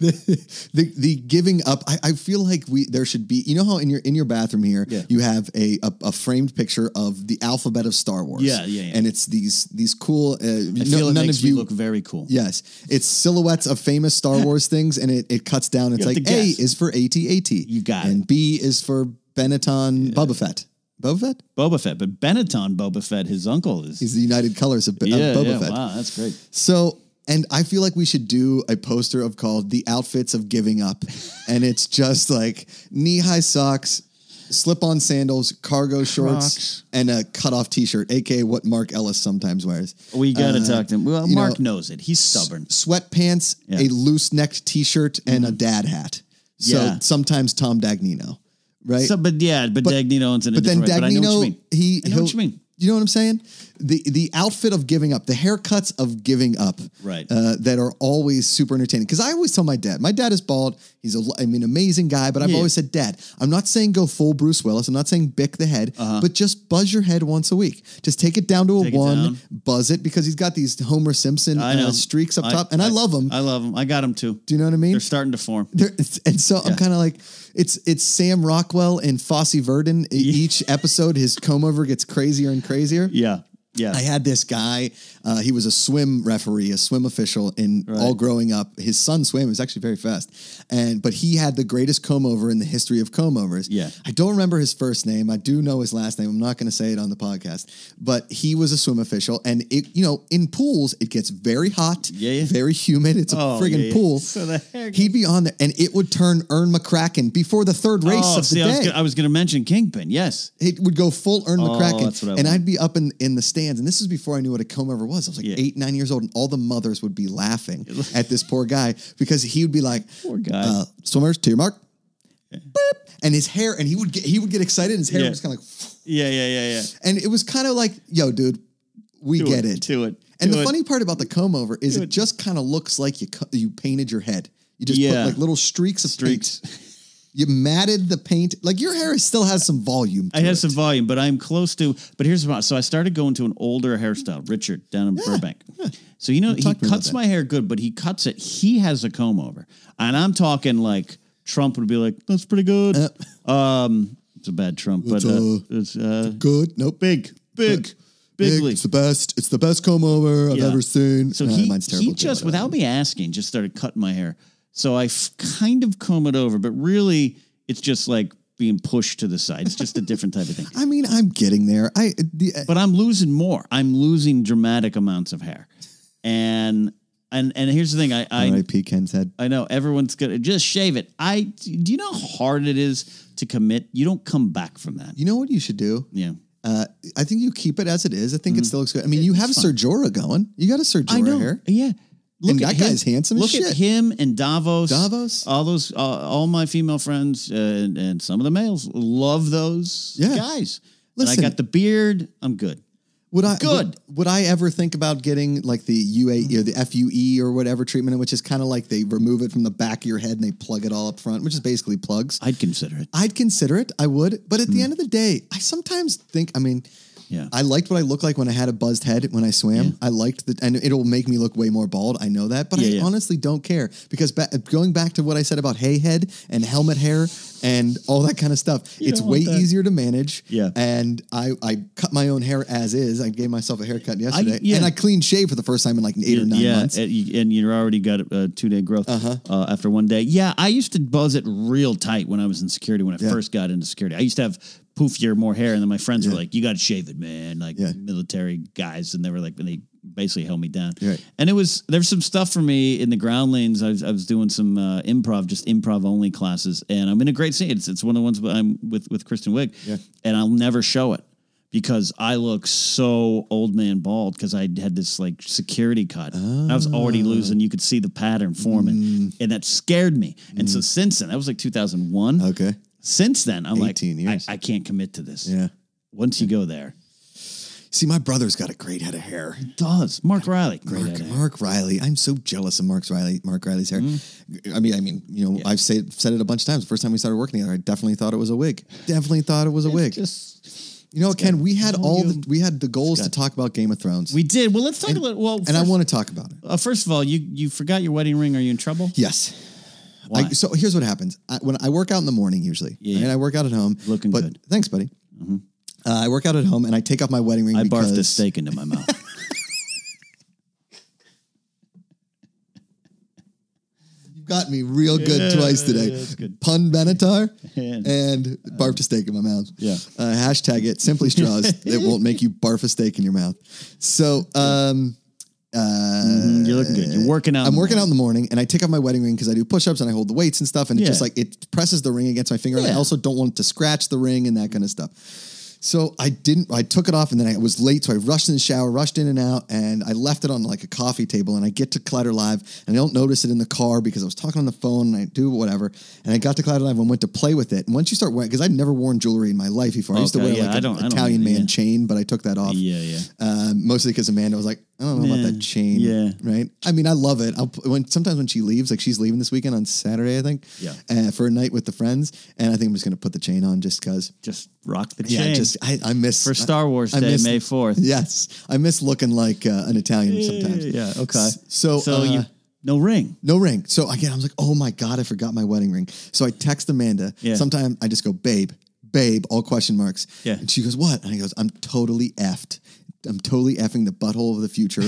Speaker 2: the the giving up I, I feel like we there should be you know how in your in your bathroom here
Speaker 1: Yeah.
Speaker 2: you have a, a a framed picture of the alphabet of Star Wars
Speaker 1: Yeah, yeah, yeah.
Speaker 2: and it's these these cool uh,
Speaker 1: I
Speaker 2: no-
Speaker 1: feel it
Speaker 2: none
Speaker 1: makes
Speaker 2: of
Speaker 1: me
Speaker 2: you
Speaker 1: look very cool.
Speaker 2: yes it's silhouettes of famous Star Wars things and it, it cuts down it's
Speaker 1: You have
Speaker 2: like
Speaker 1: to
Speaker 2: A
Speaker 1: guess.
Speaker 2: is for AT-AT you
Speaker 1: got
Speaker 2: and B is for Benetton Boba Fett Boba Fett
Speaker 1: Boba Fett, but Benetton Boba Fett, his uncle is.
Speaker 2: he's the United Colors of, Be- of
Speaker 1: yeah,
Speaker 2: Boba
Speaker 1: yeah,
Speaker 2: Fett
Speaker 1: wow, that's great.
Speaker 2: So, and I feel like we should do a poster of called "The Outfits of Giving Up," and it's just like knee-high socks, slip-on sandals, cargo
Speaker 1: Crocs.
Speaker 2: shorts, and a cut-off T-shirt, aka what Mark Ellis sometimes wears.
Speaker 1: We got to talk to him. Well,
Speaker 2: Uh, you
Speaker 1: Mark knows it. He's stubborn.
Speaker 2: Sweatpants,
Speaker 1: Yeah. Mm-hmm.
Speaker 2: a loose-necked T-shirt, and a dad hat. So
Speaker 1: Yeah.
Speaker 2: sometimes Tom Dagnino, right?
Speaker 1: So, but yeah, but, Dagnino owns it. in a
Speaker 2: but then
Speaker 1: different way, but I know what you
Speaker 2: Dagnino,
Speaker 1: mean.
Speaker 2: he
Speaker 1: I know what
Speaker 2: he'll-
Speaker 1: you mean.
Speaker 2: You know what I'm saying? The the outfit of giving up, the haircuts of giving up,
Speaker 1: Right.
Speaker 2: Uh, that are always super entertaining. Because I always tell my dad, my dad is bald. He's a, I mean, amazing guy. But I've
Speaker 1: Yeah.
Speaker 2: always said, Dad, I'm not saying go full Bruce Willis. I'm not saying bick the head, but just buzz your head once a week. Just take it down to a
Speaker 1: Uh-huh. Take it
Speaker 2: one,
Speaker 1: down.
Speaker 2: buzz it because he's got these Homer Simpson
Speaker 1: I know
Speaker 2: uh, streaks up top, and I, love him.
Speaker 1: I love him. I got him too.
Speaker 2: Do you know what I mean?
Speaker 1: They're starting to form.
Speaker 2: There, it's- and so I'm kind of like, it's it's Sam Rockwell and Fosse Verdon. E- Each episode, his comb over gets crazier and crazier.
Speaker 1: Yeah, yeah.
Speaker 2: I had this guy. Uh, he was a swim referee, a swim official, in all growing up. His son swam. He was actually very fast, and but he had the greatest comb over in the history of comb overs.
Speaker 1: Yeah.
Speaker 2: I don't remember his first name. I do know his last name. I'm not going to say it on the podcast, but he was a swim official, and it you know in pools it gets very hot,
Speaker 1: Yeah, yeah.
Speaker 2: very humid. It's a
Speaker 1: Oh,
Speaker 2: friggin'
Speaker 1: yeah, yeah.
Speaker 2: pool.
Speaker 1: So the hair
Speaker 2: He'd be on there, and it would turn Ern McCracken before the third race
Speaker 1: oh,
Speaker 2: of
Speaker 1: see,
Speaker 2: the
Speaker 1: I was
Speaker 2: day
Speaker 1: gonna, I was gonna mention Kingpin. Yes,
Speaker 2: it would go full Ern
Speaker 1: that's what I
Speaker 2: McCracken, and
Speaker 1: want.
Speaker 2: I'd be up in, in the stands. And this is before I knew what a comb ever was. I was like
Speaker 1: Yeah.
Speaker 2: eight, nine years old, and all the mothers would be laughing at this poor guy because he would be like,
Speaker 1: Poor guy.
Speaker 2: uh, "Swimmers, to your mark." Boop. And his hair, and he would get he would get excited. And his hair
Speaker 1: Yeah.
Speaker 2: was kind of like,
Speaker 1: yeah, yeah, yeah, yeah.
Speaker 2: and it was kind of like, "Yo, dude, we
Speaker 1: Do
Speaker 2: get
Speaker 1: it,
Speaker 2: it,
Speaker 1: do it,
Speaker 2: And
Speaker 1: do
Speaker 2: the
Speaker 1: it.
Speaker 2: funny part about the comb over is it,
Speaker 1: it.
Speaker 2: just kind of looks like you co- you painted your head. You just
Speaker 1: Yeah.
Speaker 2: put like little streaks of
Speaker 1: Streaks.
Speaker 2: paint. You matted the paint. Like your hair still has some volume. To
Speaker 1: I have
Speaker 2: it.
Speaker 1: some volume, but I'm close to. But here's about. So I started going to an older hairstyle, Richard, down in Burbank. So you know he
Speaker 2: talked to me about
Speaker 1: cuts
Speaker 2: that.
Speaker 1: my hair good, but he cuts it. He has a comb over, and I'm talking like Trump would be like, "That's pretty good." Um, it's a bad Trump, but uh,
Speaker 2: uh,
Speaker 1: it's uh,
Speaker 2: good. Nope.
Speaker 1: big, big, bigly.
Speaker 2: It's the best. It's the best comb over I've
Speaker 1: Yeah.
Speaker 2: ever seen.
Speaker 1: So
Speaker 2: Nah,
Speaker 1: he,
Speaker 2: mine's terrible
Speaker 1: he
Speaker 2: too,
Speaker 1: just,
Speaker 2: whatever.
Speaker 1: without me asking, just started cutting my hair. So I f- kind of comb it over, but really it's just like being pushed to the side. It's just a different type of thing.
Speaker 2: I mean, I'm getting there. I the, uh,
Speaker 1: But I'm losing more. I'm losing dramatic amounts of hair. And and and here's the thing. I I,
Speaker 2: R.I.P. Ken's head.
Speaker 1: I know everyone's gonna just shave it. I do you know how hard it is to commit? You don't come back from that.
Speaker 2: You know what you should do?
Speaker 1: Yeah.
Speaker 2: Uh, I think you keep it as it is. I
Speaker 1: Mm.
Speaker 2: think it still looks good. I mean, you have Sir Jorah going. You got a Sir
Speaker 1: I know.
Speaker 2: Jorah hair.
Speaker 1: Yeah.
Speaker 2: And that guy's handsome as
Speaker 1: Look at
Speaker 2: shit.
Speaker 1: him and Davos.
Speaker 2: Davos?
Speaker 1: All those, uh, all my female friends uh, and, and some of the males love those
Speaker 2: Yeah.
Speaker 1: guys. and
Speaker 2: Listen.
Speaker 1: I got the beard. I'm good.
Speaker 2: Would I
Speaker 1: Good.
Speaker 2: Would, would I ever think about getting like the UA or the FUE or whatever treatment, which is kind of like they remove it from the back of your head and they plug it all up front, which is basically plugs.
Speaker 1: I'd consider it.
Speaker 2: I'd consider it. I would. But at the end of the day, I sometimes think, I mean,
Speaker 1: Hmm. Yeah.
Speaker 2: I liked what I looked like when I had a buzzed head when I swam. I liked the, and it'll make me look way more bald. I know that, but I
Speaker 1: Yeah, yeah.
Speaker 2: honestly don't care because ba- going back to what I said about hay head and helmet hair and all that kind of stuff, it's
Speaker 1: don't
Speaker 2: way
Speaker 1: want that.
Speaker 2: easier to manage.
Speaker 1: Yeah.
Speaker 2: And I, I cut my own hair as is. I gave myself a haircut yesterday
Speaker 1: yeah.
Speaker 2: and I clean shaved for the first time in like eight or nine
Speaker 1: yeah,
Speaker 2: months. Uh-huh.
Speaker 1: and you- and you're already got a two day growth uh, after one day. Yeah, I used to buzz it real tight when I was in security when I first got into security. I used to have poofier, more hair, and then my friends were like, "You got to shave it, man!" Like
Speaker 2: Yeah.
Speaker 1: military guys, and they were like, and they basically held me down.
Speaker 2: Right.
Speaker 1: And it was there's some stuff for me in the ground lanes. I was, I was doing some uh, improv, just improv only classes, and I'm in a great scene. It's, it's one of the ones I'm with with Kristen Wiig,
Speaker 2: Yeah.
Speaker 1: and I'll never show it because I look so old man bald because I had this like security cut. I was already
Speaker 2: Ah.
Speaker 1: losing. You could
Speaker 2: Mm.
Speaker 1: see the pattern forming, and that scared me. And so since then, that was like 2001.
Speaker 2: okay.
Speaker 1: Since then, I'm
Speaker 2: 18
Speaker 1: like,
Speaker 2: years.
Speaker 1: I, I can't commit to this.
Speaker 2: Yeah.
Speaker 1: Once you go there,
Speaker 2: See, my brother's got a great head of hair.
Speaker 1: does Mark Riley great
Speaker 2: Mark,
Speaker 1: at it.
Speaker 2: Mark Riley, I'm so jealous of Mark's Riley, Mark Riley's hair.
Speaker 1: Mm-hmm.
Speaker 2: I mean, I mean, you know, I've said said it a bunch of times. The first time we started working together, I definitely thought it was a wig. Definitely thought it was a wig.
Speaker 1: Just
Speaker 2: you know, Ken, we had
Speaker 1: all
Speaker 2: all
Speaker 1: you-
Speaker 2: the we had the goals to talk about Game of Thrones,
Speaker 1: we did. Well, let's talk a little. Well,
Speaker 2: and I
Speaker 1: first-
Speaker 2: want to talk about it.
Speaker 1: uh, first of all, you you forgot your wedding ring. Are you in trouble?
Speaker 2: Yes.
Speaker 1: Why?
Speaker 2: I, so here's what happens. I, when I work out in the morning, usually,
Speaker 1: Yeah.
Speaker 2: and I work out at home.
Speaker 1: Looking
Speaker 2: but,
Speaker 1: good. Mm-hmm.
Speaker 2: Thanks, buddy. Uh, I work out at home, and I take off my wedding ring.
Speaker 1: I
Speaker 2: because
Speaker 1: barfed a steak into my mouth.
Speaker 2: You got me real good twice today.
Speaker 1: yeah, it's good.
Speaker 2: Pun Benatar
Speaker 1: Yeah.
Speaker 2: and barfed a steak in my mouth.
Speaker 1: Yeah.
Speaker 2: Uh, hashtag it. Simply straws that won't make you barf a steak in your mouth. So um,
Speaker 1: Mm, You're looking good. You're working out.
Speaker 2: I'm working out in the morning, and I take off my wedding ring because I do push-ups and I hold the weights and stuff, and
Speaker 1: Yeah.
Speaker 2: it just like it presses the ring against my finger. And I
Speaker 1: Yeah.
Speaker 2: also don't want it to scratch the ring and that kind of stuff. So I didn't. I took it off, and then I was late, so I rushed in the shower, rushed in and out, and I left it on like a coffee table. And I get to Clatter Live, and I don't notice it in the car because I was talking on the phone, and I do whatever. And I got to Clatter Live and went to play with it. And once you start wearing, because I'd never worn jewelry in my life before, I used to
Speaker 1: Okay,
Speaker 2: wear
Speaker 1: yeah,
Speaker 2: like
Speaker 1: I
Speaker 2: an
Speaker 1: don't- I don't
Speaker 2: Italian
Speaker 1: either,
Speaker 2: man
Speaker 1: yeah.
Speaker 2: chain, but I took that off.
Speaker 1: Yeah, yeah.
Speaker 2: Um, mostly because Amanda was like, I don't know
Speaker 1: Yeah.
Speaker 2: about that chain.
Speaker 1: Yeah.
Speaker 2: Right. I mean, I love it. I'll p- when sometimes when she leaves, like she's leaving this weekend on Saturday, I think.
Speaker 1: Yeah.
Speaker 2: Uh, for a night with the friends, and I think I'm just gonna put the chain on just because.
Speaker 1: Just rock the chain.
Speaker 2: Yeah. Just I, I miss
Speaker 1: for Star Wars
Speaker 2: I
Speaker 1: Day,
Speaker 2: miss-
Speaker 1: May fourth.
Speaker 2: Yes, I miss looking like uh, an Italian sometimes.
Speaker 1: Yeah. Okay.
Speaker 2: S- so,
Speaker 1: so you
Speaker 2: uh,
Speaker 1: no ring.
Speaker 2: No ring. So again, I was like, oh my God, I forgot my wedding ring. So I text Amanda.
Speaker 1: Yeah.
Speaker 2: Sometimes I just go, babe, babe, all question marks.
Speaker 1: Yeah.
Speaker 2: And she goes, what? And I goes, I'm totally effed. I'm totally effing the butthole of the future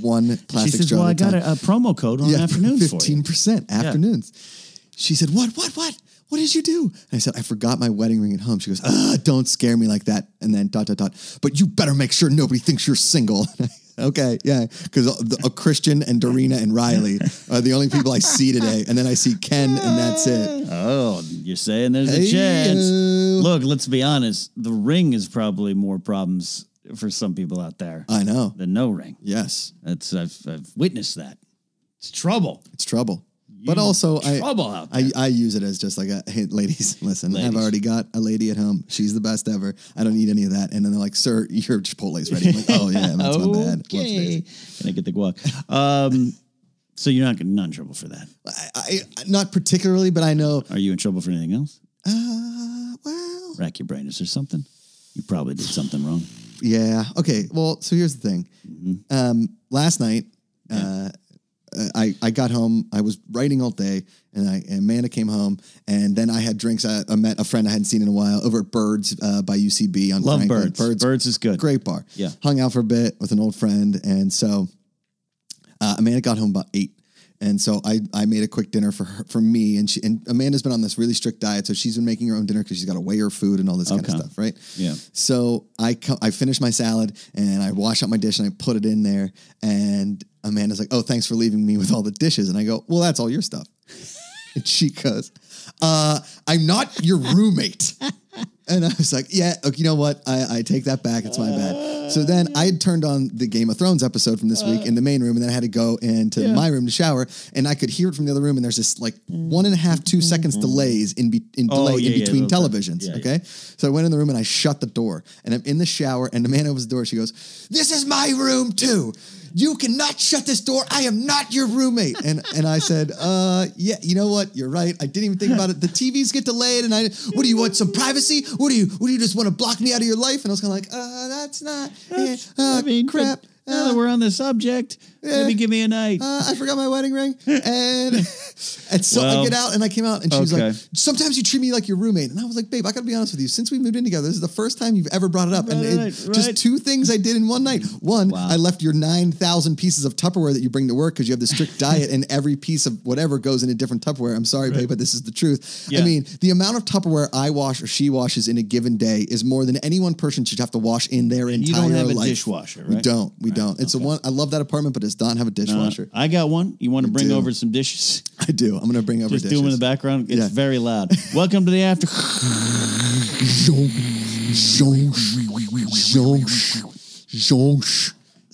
Speaker 2: one
Speaker 1: She
Speaker 2: plastic
Speaker 1: says,
Speaker 2: straw
Speaker 1: "Well,
Speaker 2: at
Speaker 1: I
Speaker 2: a time.
Speaker 1: got a, a promo code on afternoons for you."
Speaker 2: Fifteen percent afternoons. She said, "What? What? What? What did you do?" And I said, "I forgot my wedding ring at home." She goes, "Ah, don't scare me like that." And then dot dot dot. But you better make sure nobody thinks you're single. okay, yeah, because a Christian and Dorina and Riley are the only people I see today, and then I see Ken, and that's it.
Speaker 1: Oh, you're saying there's a
Speaker 2: Hey,
Speaker 1: chance.
Speaker 2: yo.
Speaker 1: Look, let's be honest. The ring is probably more problems for some people out there
Speaker 2: I know.
Speaker 1: than no ring.
Speaker 2: Yes,
Speaker 1: That's I've, I've witnessed that. It's trouble.
Speaker 2: it's trouble. But also, I,
Speaker 1: trouble out there.
Speaker 2: I, I use it as just like a hey, ladies, listen, I've
Speaker 1: Ladies.
Speaker 2: already got a lady at home. She's the best ever. I don't need any of that. And then they're like, sir, your Chipotle's ready. I'm like, oh, yeah, that's my bad. Whoops,
Speaker 1: okay.
Speaker 2: daisy.
Speaker 1: Can I get the guac? Um, so you're not not in trouble for that.
Speaker 2: I, I, not particularly, but I know,
Speaker 1: Are you in trouble for anything else?
Speaker 2: uh, well,
Speaker 1: Rack your brain. Is there something? You probably did something wrong.
Speaker 2: yeah. Okay. Well, so here's the thing.
Speaker 1: Mm-hmm.
Speaker 2: Um, last night, uh, I, I got home. I was writing all day, and I and Amanda came home, and then I had drinks. I, I met a friend I hadn't seen in a while over at Birds uh, by UCB on
Speaker 1: Love
Speaker 2: Franklin.
Speaker 1: birds. birds. is good.
Speaker 2: great bar.
Speaker 1: Yeah.
Speaker 2: Hung out for a bit with an old friend. And so uh, Amanda got home about eight. And so I, I made a quick dinner for her, for me. And she and Amanda's been on this really strict diet. So she's been making her own dinner because she's got to weigh her food and all this kind
Speaker 1: Okay.
Speaker 2: of stuff, right?
Speaker 1: Yeah.
Speaker 2: So I co- I finish my salad and I wash out my dish and I put it in there. And Amanda's like, oh, thanks for leaving me with all the dishes. And I go, well, that's all your stuff. and she goes, uh, I'm not your roommate. And I was like, yeah, okay, you know what? I, I take that back. It's my bad. So then I had turned on the Game of Thrones episode from this
Speaker 1: Uh.
Speaker 2: week in the main room, and then I had to go into my room to shower, and I could hear it from the other room. And there's this like one and a half, two seconds delays in, be, in
Speaker 1: Mm-hmm. Oh,
Speaker 2: delay
Speaker 1: yeah,
Speaker 2: in
Speaker 1: yeah,
Speaker 2: between
Speaker 1: those-
Speaker 2: televisions.
Speaker 1: yeah, yeah.
Speaker 2: okay, so I went in the room and I shut the door, and I'm in the shower, and the man opens the door. She goes, "This is my room too." You cannot shut this door. I am not your roommate. And and I said, uh, yeah, you know what? You're right. I didn't even think about it. The TVs get delayed, and I, what do you want? Some privacy? What do you? What do you just want to block me out of your life? And I was kind of like, uh, that's not. eh, uh,
Speaker 1: I mean,
Speaker 2: crap.
Speaker 1: but Now that we're on the subject, maybe give me a night.
Speaker 2: Uh, I forgot my wedding ring, and and so
Speaker 1: Well,
Speaker 2: I get out, and I came out, and she was like,
Speaker 1: okay.
Speaker 2: "Sometimes you treat me like your roommate," and I was like, "Babe, I got to be honest with you. Since we moved in together, this is the first time you've ever brought it up, and
Speaker 1: Right,
Speaker 2: it,
Speaker 1: right.
Speaker 2: just two things I did in one night. One,
Speaker 1: Wow.
Speaker 2: I left your nine thousand pieces of Tupperware that you bring to work because you have this strict diet, and every piece of whatever goes in a different Tupperware. I'm sorry, babe, but this is the truth.
Speaker 1: Yeah.
Speaker 2: I mean, the amount of Tupperware I wash or she washes in a given day is more than any one person should have to wash in their entire
Speaker 1: you don't have a
Speaker 2: life.
Speaker 1: dishwasher,
Speaker 2: We
Speaker 1: right?
Speaker 2: don't. We don't. It's a one. I love that apartment, but it does not have a
Speaker 1: Uh,
Speaker 2: dishwasher.
Speaker 1: I got one. You want to bring
Speaker 2: do.
Speaker 1: over some dishes?
Speaker 2: I do. I'm gonna bring over
Speaker 1: Just do
Speaker 2: dishes.
Speaker 1: them in the background. It's
Speaker 2: Yeah. Oh,
Speaker 1: very loud. Welcome to the after. So-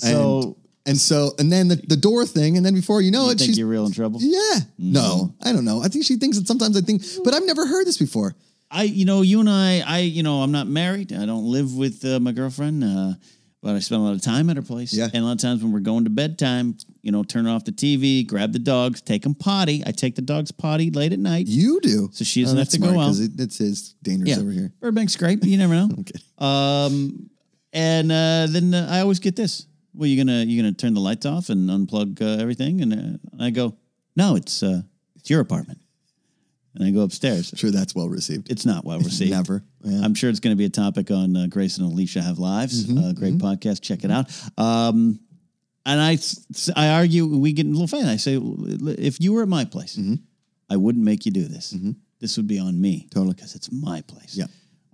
Speaker 2: and, and so and then the, the door thing, and then before you know
Speaker 1: I
Speaker 2: it,
Speaker 1: think Mm-hmm.
Speaker 2: she's
Speaker 1: you're real in trouble.
Speaker 2: yeah. No, I don't know. I think she thinks that sometimes I think, but I've never heard this before.
Speaker 1: I, you know, you and I, I, you know, I'm not married. I don't live with uh, my girlfriend, uh, but I spend a lot of time at her place.
Speaker 2: Yeah.
Speaker 1: And a lot of times when we're going to bedtime, you know, turn off the TV, grab the dogs, take them potty. I take the dogs potty late at night.
Speaker 2: You do. Oh,
Speaker 1: So she doesn't have
Speaker 2: that's
Speaker 1: to go
Speaker 2: smart,
Speaker 1: out.
Speaker 2: 'cause It, it says dangerous over here.
Speaker 1: Burbank's great, but you never know.
Speaker 2: Okay.
Speaker 1: Um, and uh, then uh, I always get this. Well, you gonna you gonna turn the lights off and unplug uh, everything, and uh, I go, no, it's uh, it's your apartment, and I go upstairs.
Speaker 2: Sure, that's well received.
Speaker 1: It's not well received.
Speaker 2: Never. Yeah. Mm-hmm,
Speaker 1: I'm sure it's going to be a topic on uh, Grace and Alicia Have Lives. uh, great podcast. Check it out. Um, and I, s- I argue, we get a little fan. I say, if you were at my place,
Speaker 2: Mm-hmm.
Speaker 1: I wouldn't make you do this. This would be on me.
Speaker 2: Totally.
Speaker 1: Because it's my place.
Speaker 2: Yeah.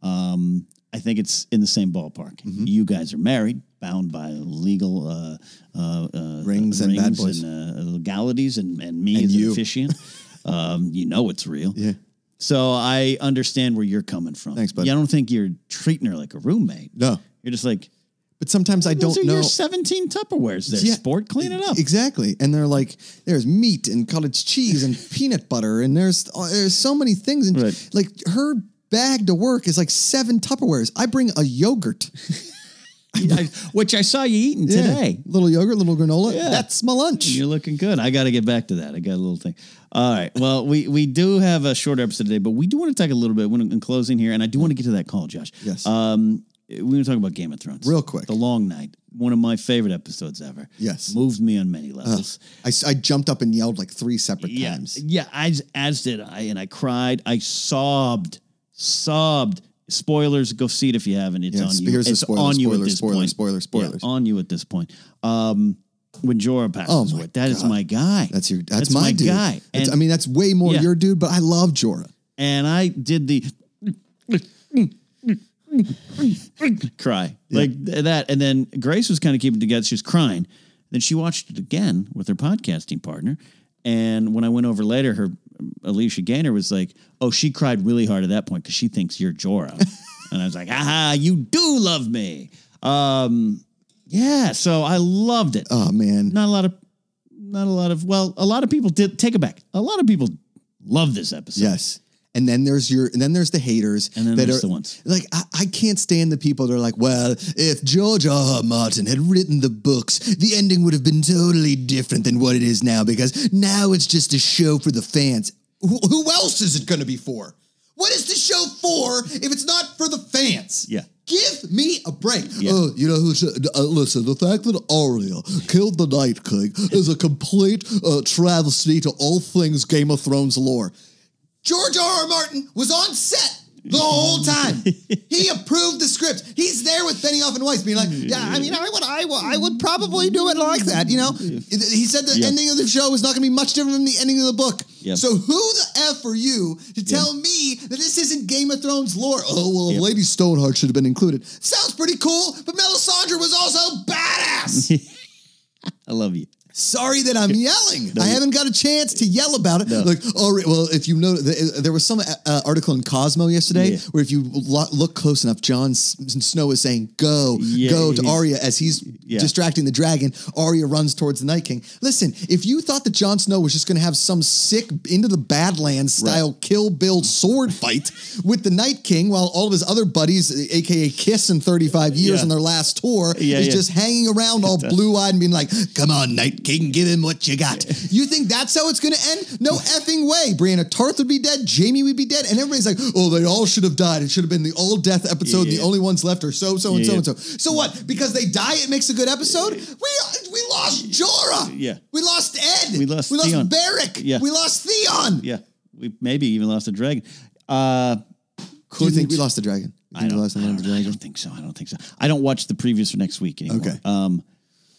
Speaker 1: Um, I think it's in the same ballpark.
Speaker 2: Mm-hmm.
Speaker 1: You guys are married, bound by legal uh, uh, uh,
Speaker 2: Rings and bad boys.
Speaker 1: and, uh, legalities, and, and me
Speaker 2: And
Speaker 1: as an
Speaker 2: you.
Speaker 1: officiant. um, you know it's real.
Speaker 2: Yeah.
Speaker 1: So I understand where you're coming from.
Speaker 2: Thanks, bud.
Speaker 1: Yeah, I don't think you're treating her like a roommate.
Speaker 2: No.
Speaker 1: You're just like,
Speaker 2: But sometimes I
Speaker 1: those
Speaker 2: don't
Speaker 1: are
Speaker 2: know.
Speaker 1: your 17 Tupperwares there,
Speaker 2: Yeah.
Speaker 1: sport. Clean it up.
Speaker 2: Exactly. And they're like, there's meat and cottage cheese and peanut butter and there's oh, there's so many things and
Speaker 1: Right.
Speaker 2: like her bag to work is like seven Tupperwares. I bring a yogurt.
Speaker 1: I- Which I saw you eating today.
Speaker 2: Yeah. Little yogurt, little granola.
Speaker 1: Yeah.
Speaker 2: That's my lunch.
Speaker 1: You're looking good. I got to get back to that. I got a little thing. All right. Well, we we do have a short episode today, but we do want to talk a little bit when, in closing here, and I do want to get to that call, Josh.
Speaker 2: Yes.
Speaker 1: Um, we want to talk about Game of Thrones
Speaker 2: Real quick.
Speaker 1: The Long Night, one of my favorite episodes ever.
Speaker 2: Yes.
Speaker 1: Moved me on many levels.
Speaker 2: I, s- I jumped up and yelled like three separate
Speaker 1: yeah,
Speaker 2: times.
Speaker 1: Yeah, as as did I, and I cried. I sobbed, sobbed. Spoilers, go see it if you haven't. It's
Speaker 2: Yeah,
Speaker 1: on you.
Speaker 2: here's
Speaker 1: It's
Speaker 2: the spoilers,
Speaker 1: on you at
Speaker 2: spoilers,
Speaker 1: this
Speaker 2: spoilers,
Speaker 1: point.
Speaker 2: spoilers,
Speaker 1: Yeah,
Speaker 2: spoilers.
Speaker 1: on you at this point. Um, when Jorah passes
Speaker 2: Oh my
Speaker 1: away, that is
Speaker 2: God.
Speaker 1: my guy.
Speaker 2: That's your that's, my, dude.
Speaker 1: guy.
Speaker 2: That's-
Speaker 1: And,
Speaker 2: I mean, that's way more
Speaker 1: Yeah.
Speaker 2: your dude, but I love Jorah.
Speaker 1: and I did the cry like th- that, and then Grace was kind of keeping it together. She was crying. Then she watched it again with her podcasting partner, and when I went over later, her Alicia Gaynor was like, "Oh, she cried really hard at that point because she thinks you're Jorah," and I was like, "Aha, you do love me." Um, yeah, so I loved it.
Speaker 2: Oh man.
Speaker 1: not a lot of not a lot of well a lot of people did take it back a lot of people love this episode
Speaker 2: Yes. And then there's your, and then there's the haters,
Speaker 1: And then
Speaker 2: that
Speaker 1: there's
Speaker 2: are,
Speaker 1: the ones.
Speaker 2: Like I, I can't stand the people that are like, well, if George R. R. Martin had written the books, the ending would have been totally different than what it is now because now it's just a show for the fans. Who, who else is it going to be for? What is the show for if it's not for the fans?
Speaker 1: Yeah.
Speaker 2: Give me a break. Oh, you know who? said- Uh, listen, the fact that Arya killed the Night King is a complete uh, travesty to all things Game of Thrones lore. George R. R. Martin was on set the whole time. he approved the script. He's there with Benioff and Weiss, being like, "Yeah, I mean, I would, I would, I would probably do it like that." You know, he said the
Speaker 1: Yeah.
Speaker 2: ending of the show was not going to be much different than the ending of the book.
Speaker 1: Yeah.
Speaker 2: So who the f are you to tell me that this isn't Game of Thrones lore? Oh well,
Speaker 1: Yeah.
Speaker 2: Lady Stoneheart should have been included. Sounds pretty cool, but Melisandre was also badass.
Speaker 1: i love you
Speaker 2: Sorry that I'm yelling. I haven't got a chance to yell about it. Like, all right, well, if you know, th- there was some uh, article in Cosmo yesterday
Speaker 1: Yeah.
Speaker 2: where if you lo- look close enough, Jon S- Snow is saying, go,
Speaker 1: Yeah,
Speaker 2: go to
Speaker 1: he's-
Speaker 2: Arya as he's
Speaker 1: Yeah.
Speaker 2: distracting the dragon. Arya runs towards the Night King. Listen, if you thought that Jon Snow was just going to have some sick, into the Badlands style Kill Bill sword fight with the Night King while all of his other buddies, aka Kiss in 35 years
Speaker 1: Yeah.
Speaker 2: on their last tour,
Speaker 1: Yeah,
Speaker 2: is
Speaker 1: yeah.
Speaker 2: just hanging around all blue eyed and being like, come on, Night King, give him what you got. You think that's how it's going to end? No effing way. Brianna Tarth would be dead. Jamie would be dead. And everybody's like, oh, they all should have died. It should have been the all death episode.
Speaker 1: Yeah.
Speaker 2: The only ones left are so, so, and
Speaker 1: Yeah,
Speaker 2: so,
Speaker 1: yeah.
Speaker 2: and so. So what? Because they die, it makes a good episode? We we lost Jorah.
Speaker 1: Yeah.
Speaker 2: We lost Ed.
Speaker 1: We lost
Speaker 2: We lost
Speaker 1: Theon.
Speaker 2: Beric.
Speaker 1: Yeah.
Speaker 2: We lost Theon.
Speaker 1: yeah we maybe even lost a dragon uh
Speaker 2: Do you think
Speaker 1: couldn't-
Speaker 2: we lost the dragon? You
Speaker 1: I
Speaker 2: think
Speaker 1: don't,
Speaker 2: we lost the
Speaker 1: I
Speaker 2: Land of
Speaker 1: don't- I don't think so. I don't think so. I don't watch the previews for next week anymore.
Speaker 2: Okay.
Speaker 1: Um,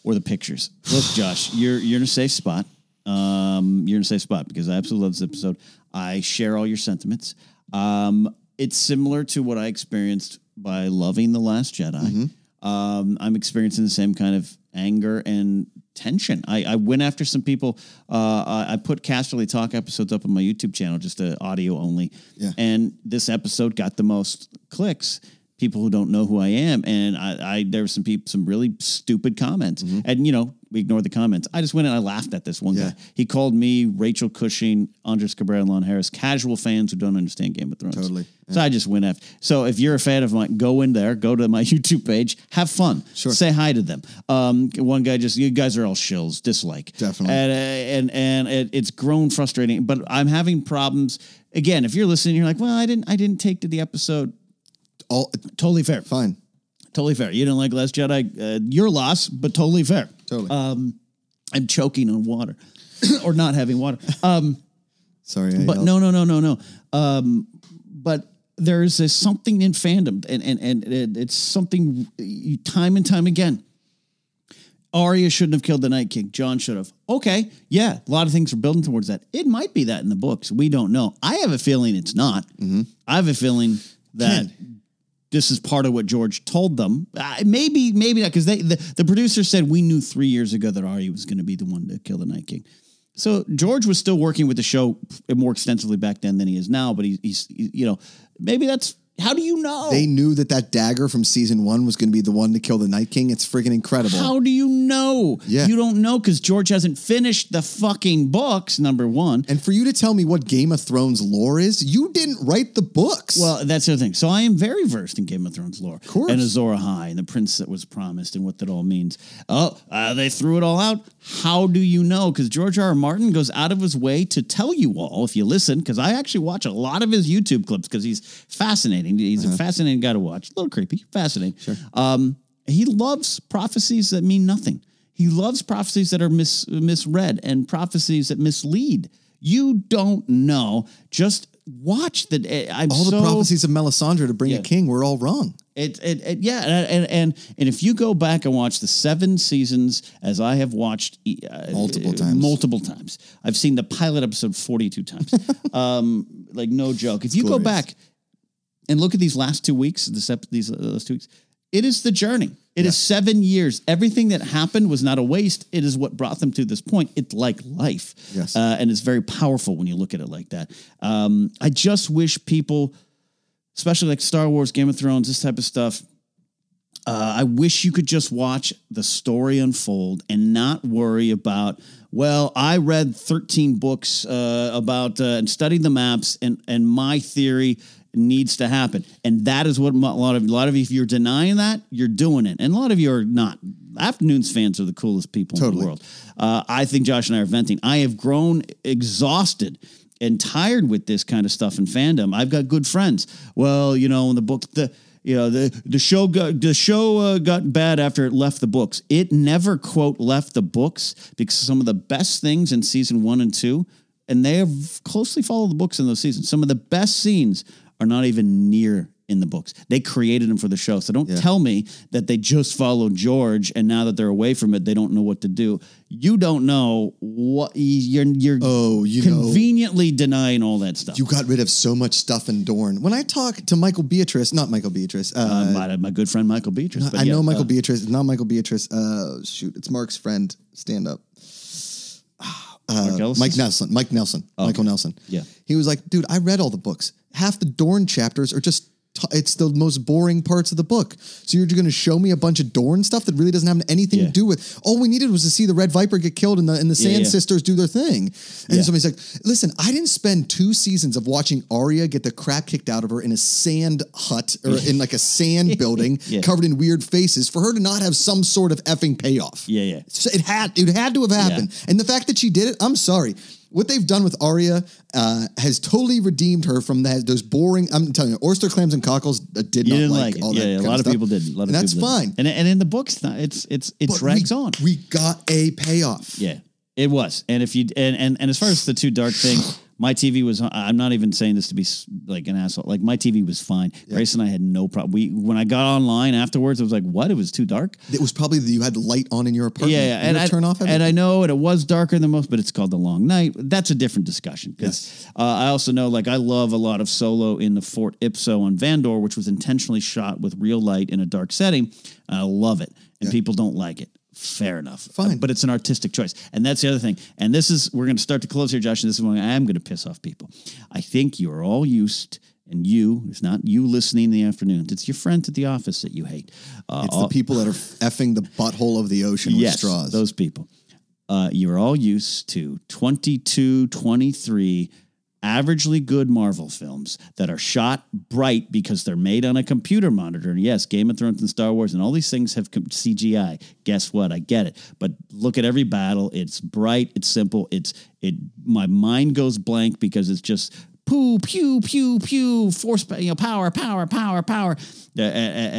Speaker 1: or the pictures. Look, Josh, you're you're in a safe spot. Um, you're in a safe spot because I absolutely love this episode. I share all your sentiments. Um, it's similar to what I experienced by loving the Last Jedi.
Speaker 2: Mm-hmm.
Speaker 1: Um, I'm experiencing the same kind of anger and tension. I, I went after some people. Uh, I, I put Casterly Talk episodes up on my YouTube channel, just uh, audio only
Speaker 2: Yeah.
Speaker 1: and this episode got the most clicks people who don't know who I am. And I, I there were some people, some really stupid comments. And, you know, we ignored the comments. I just went and I laughed at this one
Speaker 2: Mm-hmm. Yeah.
Speaker 1: guy. He called me Rachel Cushing, Andres Cabrera, and Lon Harris, casual fans who don't understand Game of Thrones.
Speaker 2: Totally.
Speaker 1: So I just went after. So if you're a fan of mine, go in there, go to my YouTube page, have fun,
Speaker 2: Sure.
Speaker 1: say hi to them. Um, one guy just, you guys are all shills, dislike.
Speaker 2: Definitely.
Speaker 1: And and and it, it's grown frustrating. But I'm having problems again. If you're listening, you're like, well, I didn't I didn't take to the episode.
Speaker 2: All
Speaker 1: Totally fair.
Speaker 2: fine.
Speaker 1: Totally fair. You didn't like Last Jedi. Uh, your loss, but totally fair.
Speaker 2: Totally.
Speaker 1: Uh, I'm choking on water, or not having water.
Speaker 2: Sorry. I
Speaker 1: But
Speaker 2: yelled.
Speaker 1: no, no, no, no, no. Um, but there's this something in fandom, and and and it, it's something you, time and time again. Arya shouldn't have killed the Night King. John should have. Okay, yeah, a lot of things are building towards that. It might be that in the books. We don't know. I have a feeling it's not. I have a feeling that this is part of what George told them. Uh, maybe, maybe not, because they the, the producer said we knew three years ago that Arya was going to be the one to kill the Night King. So George was still working with the show more extensively back then than he is now. But he's, he's you know, maybe that's how do you know?
Speaker 2: They knew that that dagger from season one was going to be the one to kill the Night King. It's freaking incredible.
Speaker 1: How do you know?
Speaker 2: Yeah.
Speaker 1: You don't know because George hasn't finished the fucking books, number one.
Speaker 2: And for you to tell me what Game of Thrones lore is, you didn't write the books.
Speaker 1: Well, Uh, that's the other thing. So I am very versed in Game of Thrones lore. Of
Speaker 2: course.
Speaker 1: And Azor Ahai and the prince that was promised and what that all means. Oh, uh, they threw it all out. How do you know? Because George R. R. Martin goes out of his way to tell you all, if you listen, because I actually watch a lot of his YouTube clips because he's fascinating. He's
Speaker 2: Uh-huh.
Speaker 1: a fascinating guy to watch. A little creepy, fascinating. Sure. Um, he loves prophecies that mean nothing. He loves prophecies that are mis- misread and prophecies that mislead. You don't know. Just watch that. I'm
Speaker 2: all the
Speaker 1: so-
Speaker 2: prophecies of Melisandre to bring
Speaker 1: Yeah.
Speaker 2: a king were all wrong.
Speaker 1: It, it, it yeah, and, and and and if you go back and watch the seven seasons, as I have watched uh,
Speaker 2: Multiple times.
Speaker 1: multiple times, I've seen the pilot episode forty-two times. um, like no joke. If you go
Speaker 2: glorious.
Speaker 1: back and look at these last two weeks, this ep- these uh, last two weeks, it is the journey. It is seven years. Everything that happened was not a waste. It is what brought them to this point. It's like life,
Speaker 2: Yes.
Speaker 1: uh, and it's very powerful when you look at it like that. Um, I just wish people especially like Star Wars, Game of Thrones, this type of stuff. Uh, I wish you could just watch the story unfold and not worry about. Well, I read thirteen books uh, about uh, and studied the maps, and and my theory needs to happen, and that is what a lot of a lot of you, if you're denying that, you're doing it, and a lot of you are not. Afternoons fans are the coolest people in
Speaker 2: Totally.
Speaker 1: the world. Uh, I think Josh and I are venting. I have grown exhausted and tired with this kind of stuff in fandom. I've got good friends. Well, you know, in the book, the you know the the show got the show uh, got bad after it left the books. It never quote left the books because some of the best things in season one and two, and they have closely followed the books in those seasons. Some of the best scenes are not even near in the books. They created them for the show. So don't tell me that they just followed George and now that they're away from it, they don't know what to do. You don't know what you're you're
Speaker 2: Oh, you know.
Speaker 1: conveniently denying all that stuff.
Speaker 2: You got rid of so much stuff in Dorne. When I talk to Michael Beatrice, not Michael Beatrice, uh,
Speaker 1: Uh, my, my good friend Michael Beatrice. But
Speaker 2: I
Speaker 1: yeah,
Speaker 2: know Michael
Speaker 1: uh,
Speaker 2: Beatrice. It's not Michael Beatrice. Uh, shoot, it's Mark's friend. Stand up.
Speaker 1: Mark Ellis.
Speaker 2: uh, Mike Nelson. Mike Nelson. Michael Nelson.
Speaker 1: Yeah.
Speaker 2: He was like, dude, I read all the books. Half the Dorn chapters are just. T- it's the most boring parts of the book. So you're going to show me a bunch of Dorn stuff that really doesn't have anything
Speaker 1: Yeah.
Speaker 2: to do with. All we needed was to see the Red Viper get killed and the and the Sand
Speaker 1: yeah.
Speaker 2: Sisters do their thing. And
Speaker 1: Yeah.
Speaker 2: somebody's like, "Listen, I didn't spend two seasons of watching Arya get the crap kicked out of her in a sand hut or in like a sand building
Speaker 1: Yeah.
Speaker 2: covered in weird faces for her to not have some sort of effing payoff."
Speaker 1: Yeah, yeah.
Speaker 2: So it had it had to have happened. And the fact that she did it, I'm sorry. What they've done with Arya uh, has totally redeemed her from that those boring. I'm telling you, oyster clams and cockles uh, did
Speaker 1: You
Speaker 2: not
Speaker 1: didn't
Speaker 2: like,
Speaker 1: like, it.
Speaker 2: all
Speaker 1: Yeah,
Speaker 2: that.
Speaker 1: yeah, a
Speaker 2: kind
Speaker 1: lot of
Speaker 2: stuff.
Speaker 1: people didn't. A lot of
Speaker 2: and that's
Speaker 1: people
Speaker 2: fine.
Speaker 1: didn't. And and in the books, not- it's it's it
Speaker 2: But
Speaker 1: drags
Speaker 2: we,
Speaker 1: on.
Speaker 2: We got a payoff.
Speaker 1: Yeah, it was. And if you and and, and as far as the two dark thing, my TV was. I'm not even saying this to be s- like an asshole. Like my TV was fine. Grace and I had no problem. We when I got online afterwards, I was like, "What? It was too dark."
Speaker 2: It was probably that you had light on in your apartment.
Speaker 1: Yeah,
Speaker 2: You
Speaker 1: yeah. and
Speaker 2: would
Speaker 1: I,
Speaker 2: turn off.
Speaker 1: and I know, and it was darker than most, but it's called the Long Night. That's a different discussion because uh, I also know, like, I love a lot of solo in the Fort Ipso on Vandor, which was intentionally shot with real light in a dark setting. I love it, and people don't like it. Fair enough,
Speaker 2: Fine.
Speaker 1: but it's an artistic choice, and that's the other thing. And this is we're going to start to close here, Josh. And this is when I am going to piss off people. I think you are all used and you, it's not you listening in the afternoon. It's your friends at the office that you hate. Uh,
Speaker 2: It's
Speaker 1: all-
Speaker 2: the people that are effing the butthole of the ocean with
Speaker 1: yes,
Speaker 2: straws.
Speaker 1: those people. Uh, you're all used to 22, 23 averagely good Marvel films that are shot bright because they're made on a computer monitor. And yes, Game of Thrones and Star Wars and all these things have com- CGI. Guess what? I get it. But look at every battle. It's bright. It's simple. It's it. My mind goes blank because it's just poo pew pew pew force you know power power power power A- a- a-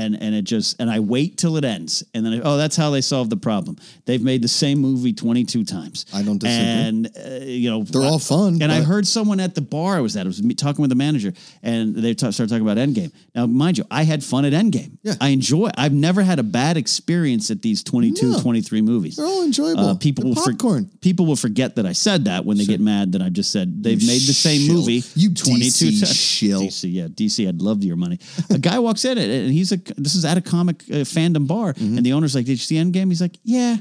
Speaker 1: and, and it just and i wait till it ends and then I, oh that's how they solve the problem they've made the same movie 22 times
Speaker 2: I don't disagree.
Speaker 1: and uh, you know
Speaker 2: They're all fun,
Speaker 1: and i
Speaker 2: but-
Speaker 1: heard someone at the bar i was at i was me- talking with the manager and they ta- started talking about endgame now mind you i had fun at endgame
Speaker 2: Yeah.
Speaker 1: i enjoy i've never had a bad experience at these 22
Speaker 2: No.
Speaker 1: 23 movies
Speaker 2: They're all enjoyable.
Speaker 1: uh, people
Speaker 2: They're
Speaker 1: will for-
Speaker 2: popcorn.
Speaker 1: people will forget that I said that when they get mad that I just said they've made the same
Speaker 2: shill.
Speaker 1: movie.
Speaker 2: You DC shill.
Speaker 1: DC, yeah, DC. I'd love your money. a guy walks in it, and he's a. This is at a comic uh, fandom bar,
Speaker 2: Mm-hmm.
Speaker 1: and the owner's like, "Did you see Endgame?" He's like, "Yeah."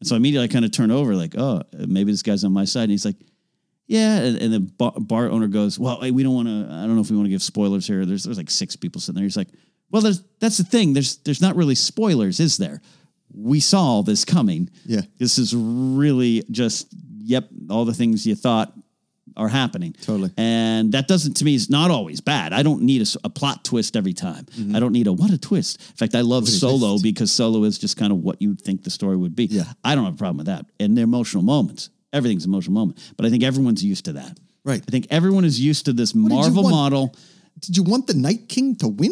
Speaker 1: And so immediately I kind of turn over, like, "Oh, uh, maybe this guy's on my side." And he's like. Yeah, and, and the bar, bar owner goes, "Well, hey, we don't want to. I don't know if we want to give spoilers here. There's there's like six people sitting there." He's like, "Well, there's that's the thing. There's there's not really spoilers, is there? We saw all this coming.
Speaker 2: Yeah.
Speaker 1: this is really just yep, all the things you thought are happening.
Speaker 2: Totally.
Speaker 1: And that doesn't to me is not always bad. I don't need a, s- a plot twist every time.
Speaker 2: Mm-hmm.
Speaker 1: I don't need a what a twist. In fact, I love Solo because Solo is just kind of what you'd think the story would be.
Speaker 2: Yeah.
Speaker 1: I don't have a problem with that. And they're emotional moments. Everything's an emotional moment. But I think everyone's used to that.
Speaker 2: Right.
Speaker 1: I think everyone is used to this
Speaker 2: did you
Speaker 1: Marvel
Speaker 2: want?
Speaker 1: model.
Speaker 2: Did you want the Night King to win?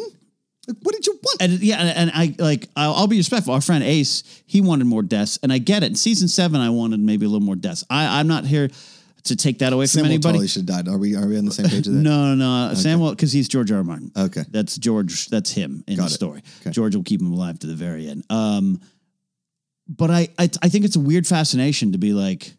Speaker 2: Like, what did you want?
Speaker 1: And yeah, and, and I like I'll, I'll be respectful. Our friend Ace, he wanted more deaths, and I get it. In season seven, I wanted maybe a little more deaths. I, I'm not here to take that away
Speaker 2: Sam
Speaker 1: from anybody.
Speaker 2: totally should have died. Are we are we on the same page? Of that?
Speaker 1: No, no, no. Samuel, because he's George R. R. Martin.
Speaker 2: Okay.
Speaker 1: That's George. That's him in
Speaker 2: Got
Speaker 1: the
Speaker 2: it.
Speaker 1: story.
Speaker 2: Okay.
Speaker 1: George will keep him alive to the very end. Um, but I, I, I think it's a weird fascination to be like,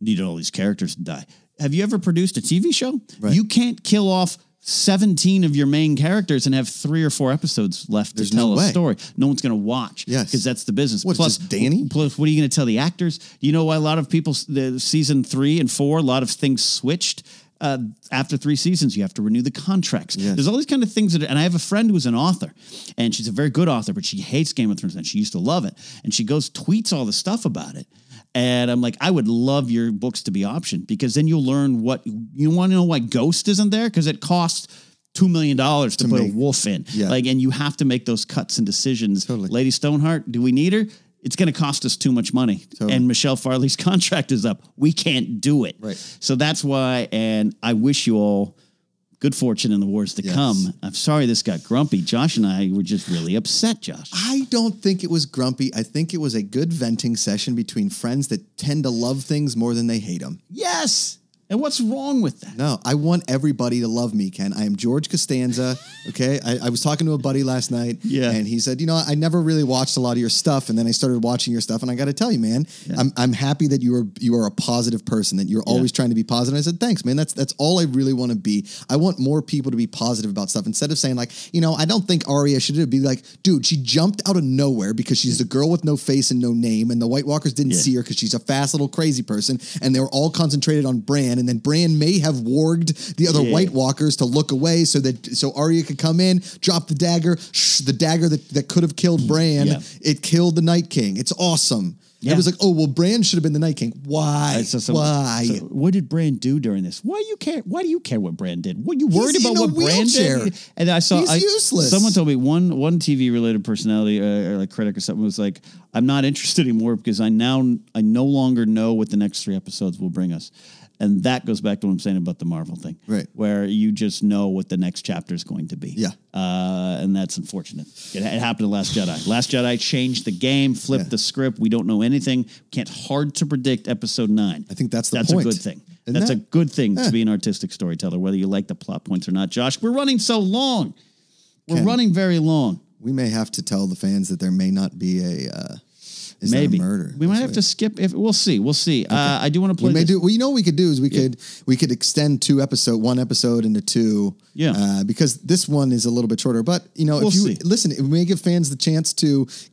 Speaker 1: needed all these characters to die. Have you ever produced a TV show?
Speaker 2: Right.
Speaker 1: You can't kill off 17 of your main characters and have three or four episodes left
Speaker 2: There's
Speaker 1: to tell
Speaker 2: no
Speaker 1: a
Speaker 2: way.
Speaker 1: story. No one's going to watch.
Speaker 2: Yes.
Speaker 1: Because that's the business.
Speaker 2: What,
Speaker 1: plus,
Speaker 2: just Danny?
Speaker 1: Plus, what are you going to tell the actors? You know why a lot of people, the season three and four, a lot of things switched. Uh, after three seasons, you have to renew the contracts. There's all these kind of things that, and I have a friend who's an author, and she's a very good author, but she hates Game of Thrones, and she used to love it, and she goes tweets all the stuff about it, and I'm like, I would love your books to be optioned because then you'll learn what you want to know why Ghost isn't there because it costs two million dollars to, put a wolf in,
Speaker 2: Yeah.
Speaker 1: like, and you have to make those cuts and decisions.
Speaker 2: Totally.
Speaker 1: Lady Stoneheart, do we need her? It's going to cost us too much money. And Michelle Farley's contract is up. We can't do it.
Speaker 2: Right.
Speaker 1: So that's why, and I wish you all good fortune in the wars to
Speaker 2: Yes.
Speaker 1: come. I'm sorry this got grumpy. Josh and I were just really upset, Josh.
Speaker 2: I don't think it was grumpy. I think it was a good venting session between friends that tend to love things more than they hate them.
Speaker 1: Yes. And what's wrong with that?
Speaker 2: No, I want everybody to love me, Ken. I am George Costanza. Okay. I, I was talking to a buddy last night.
Speaker 1: Yeah.
Speaker 2: And he said, You know, I never really watched a lot of your stuff. And then I started watching your stuff. And I got to tell you, man, I'm, I'm happy that you are you are a positive person, that you're always trying to be positive. I said, Thanks, man. That's that's all I really want to be. I want more people to be positive about stuff instead of saying, like, you know, I don't think Arya should have be like, dude, she jumped out of nowhere because she's the girl with no face and no name, and the White Walkers didn't
Speaker 1: Yeah.
Speaker 2: see her because she's a fast little crazy person, and they were all concentrated on Bran, and then Bran may have warged the other
Speaker 1: Yeah.
Speaker 2: White Walkers to look away so that so Arya could come in, drop the dagger, shh, the dagger that, that could have killed Bran,
Speaker 1: Yeah.
Speaker 2: it killed the Night King. It's awesome.
Speaker 1: Yeah.
Speaker 2: It was like, oh well, Bran should have been the Night King. Why?
Speaker 1: So- so-
Speaker 2: Why?
Speaker 1: so what did Brand do during this? Why do you care? Why do you care what Brand did? What you worried
Speaker 2: He's in
Speaker 1: about
Speaker 2: a
Speaker 1: what Brand
Speaker 2: wheelchair.
Speaker 1: did? And I saw
Speaker 2: He's
Speaker 1: I-
Speaker 2: useless.
Speaker 1: Someone told me one one TV related personality uh, or like critic or something was like, "I'm not interested anymore because I now I no longer know what the next three episodes will bring us." And that goes back to what I'm saying about the Marvel thing,
Speaker 2: Right.
Speaker 1: Where you just know what the next chapter is going to be,
Speaker 2: Yeah.
Speaker 1: Uh, and that's unfortunate. It, it happened to Last Jedi. Last Jedi changed the game, flipped
Speaker 2: Yeah.
Speaker 1: the script. We don't know anything. Can't hard to predict episode nine.
Speaker 2: I think that's the
Speaker 1: That's
Speaker 2: point.
Speaker 1: a good thing.
Speaker 2: Isn't
Speaker 1: That's a
Speaker 2: that-
Speaker 1: good thing to be an artistic storyteller, whether you like the plot points or not. Josh, we're running so long. We're
Speaker 2: Ken.
Speaker 1: running very long.
Speaker 2: we may have to tell the fans that there may not be a uh, Is that a
Speaker 1: Maybe
Speaker 2: murder?
Speaker 1: We might
Speaker 2: That's
Speaker 1: have to skip. If we'll see, we'll see. Uh, I do want to play.
Speaker 2: We may
Speaker 1: this-
Speaker 2: do. Well, you know, what we could do is we could we could extend two episode, one episode into two.
Speaker 1: Yeah.
Speaker 2: Uh, because this one is a little bit shorter, but you know,
Speaker 1: We'll
Speaker 2: if you
Speaker 1: see.
Speaker 2: listen, it may give fans the chance to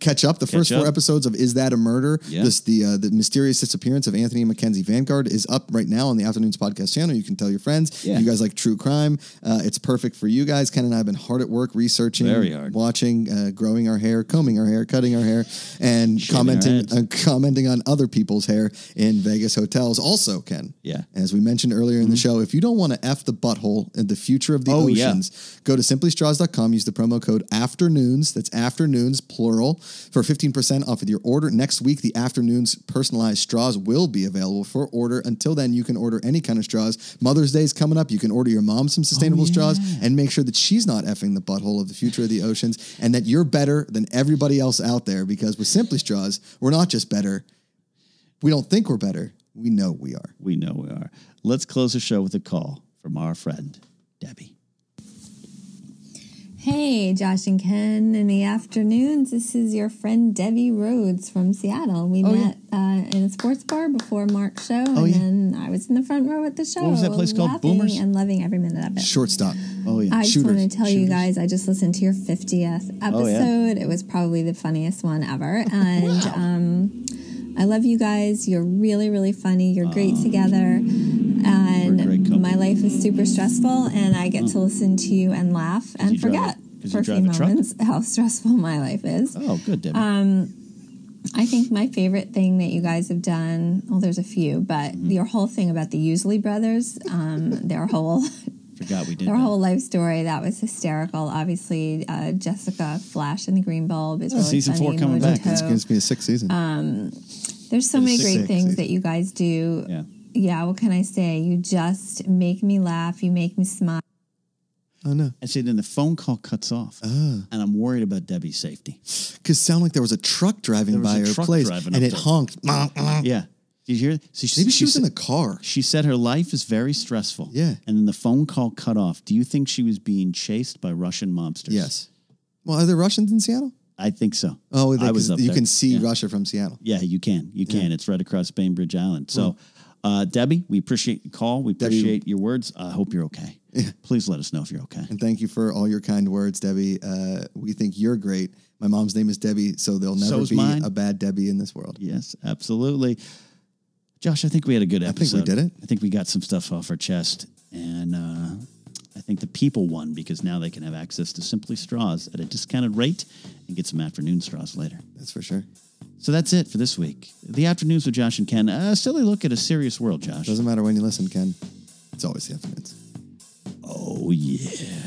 Speaker 2: catch up. The first
Speaker 1: up.
Speaker 2: four episodes of "Is That a Murder?"
Speaker 1: Yeah.
Speaker 2: This the uh, the mysterious disappearance of Anthony and Mackenzie Vanguard is up right now on the Afternoons Podcast channel. You can tell your friends.
Speaker 1: Yeah.
Speaker 2: You guys like true crime? Uh, it's perfect for you guys. Ken and I have been hard at work researching,
Speaker 1: Very hard.
Speaker 2: watching, uh, growing our hair, combing our hair, cutting our hair, and
Speaker 1: our
Speaker 2: commenting
Speaker 1: heads.
Speaker 2: uh, commenting on other people's hair in Vegas hotels. Also, Ken.
Speaker 1: Yeah.
Speaker 2: As we mentioned earlier in the show, if you don't want to f the butthole and the future of the
Speaker 1: Oh, yeah.
Speaker 2: oceans, go to simplystraws.com. Use the promo code afternoons. That's afternoons plural for fifteen percent off of your order next week. The afternoons personalized straws will be available for order. Until then, you can order any kind of straws. Mother's Day is coming up. You can order your mom
Speaker 1: Oh,
Speaker 2: some sustainable straws and make sure that she's not effing the butthole of the future of the oceans and that you're better than everybody else out there because with Simply Straws, we're not just better. We don't think we're better. We know we are.
Speaker 1: We know we are. Let's close the show with a call from our friend Debbie.
Speaker 3: Hey, Josh and Ken in the afternoons. This is your friend Debbie Rhodes from Seattle. We met uh, in a sports bar before Mark's show, and
Speaker 1: Oh, yeah.
Speaker 3: then I was in the front row at the show.
Speaker 1: was that place called?
Speaker 3: laughing
Speaker 1: Boomers?
Speaker 3: And loving every minute of it.
Speaker 2: Shortstop.
Speaker 1: Oh yeah,
Speaker 3: I just want to
Speaker 2: shooters,
Speaker 3: tell you
Speaker 2: shooters.
Speaker 3: guys, I just listened to your 50th episode.
Speaker 1: Oh, yeah.
Speaker 3: It was probably the funniest one ever. And um, I love you guys. You're really, really funny. You're great together.
Speaker 1: we're great
Speaker 3: And
Speaker 1: couple.
Speaker 3: my life is super stressful, and I get to listen to you and laugh
Speaker 1: you
Speaker 3: and
Speaker 1: drive a-
Speaker 3: forget
Speaker 1: does
Speaker 3: for
Speaker 1: he
Speaker 3: a few
Speaker 1: drive a truck?
Speaker 3: moments how stressful my life is.
Speaker 1: Oh, good, Debbie.
Speaker 3: I think my favorite thing that you guys have done, well, there's a few, but
Speaker 1: Mm-hmm.
Speaker 3: your whole thing about the Usley brothers, um, their whole
Speaker 1: Forgot we did.
Speaker 3: their
Speaker 1: that.
Speaker 3: whole life story. That was hysterical. Obviously, uh, Jessica Flash and the Green Bulb is really
Speaker 1: Oh, season
Speaker 3: funny.
Speaker 1: four coming
Speaker 3: Mojo
Speaker 1: back. It's
Speaker 3: Toe.
Speaker 2: It's going to be a sixth season.
Speaker 1: Uh,
Speaker 3: There's so many
Speaker 1: six-
Speaker 3: great
Speaker 2: six
Speaker 3: things
Speaker 2: season.
Speaker 3: that you guys do.
Speaker 1: Yeah.
Speaker 3: Yeah, what can I say? You just make me laugh. You make me smile.
Speaker 2: oh, no.
Speaker 1: I see. Then the phone call cuts off,
Speaker 2: Oh.
Speaker 1: and I'm worried about Debbie's safety.
Speaker 2: Because sound like there was a truck driving
Speaker 1: There was
Speaker 2: by
Speaker 1: a
Speaker 2: her
Speaker 1: truck
Speaker 2: place
Speaker 1: driving
Speaker 2: and
Speaker 1: up
Speaker 2: it
Speaker 1: there.
Speaker 2: honked. Maybe
Speaker 1: Yeah. Did you hear? that? So she,
Speaker 2: she was in
Speaker 1: said-
Speaker 2: a car.
Speaker 1: She said her life is very stressful.
Speaker 2: Yeah.
Speaker 1: And then the phone call cut off. Do you think she was being chased by Russian mobsters?
Speaker 2: Yes. Well, are there Russians in Seattle?
Speaker 1: I think so.
Speaker 2: Oh, they,
Speaker 1: I was
Speaker 2: 'cause
Speaker 1: up
Speaker 2: you
Speaker 1: there.
Speaker 2: can see
Speaker 1: Yeah.
Speaker 2: Russia from Seattle.
Speaker 1: Yeah, you can. You can. It's right across Bainbridge Island. So, uh, Debbie, we appreciate your call. We
Speaker 2: Hmm. Debbie-
Speaker 1: appreciate your words. I hope you're okay. Please let us know if you're okay.
Speaker 2: And thank you for all your kind words, Debbie. Uh, we think you're great. My mom's name is Debbie, so there'll
Speaker 1: So
Speaker 2: never
Speaker 1: is
Speaker 2: be
Speaker 1: mine.
Speaker 2: a bad Debbie in this world.
Speaker 1: Yes, absolutely. Josh, I think we had a good
Speaker 2: think we
Speaker 1: episode.
Speaker 2: did it.
Speaker 1: I think we got some stuff off our chest, and uh, I think the people won because now they can have access to Simply Straws at a discounted rate and get some afternoon straws later.
Speaker 2: That's for sure.
Speaker 1: So that's it for this week. The afternoons with Josh and Ken. A silly look at a serious world, Josh.
Speaker 2: Doesn't matter when you listen, Ken. It's always the evidence.
Speaker 1: Oh yeah.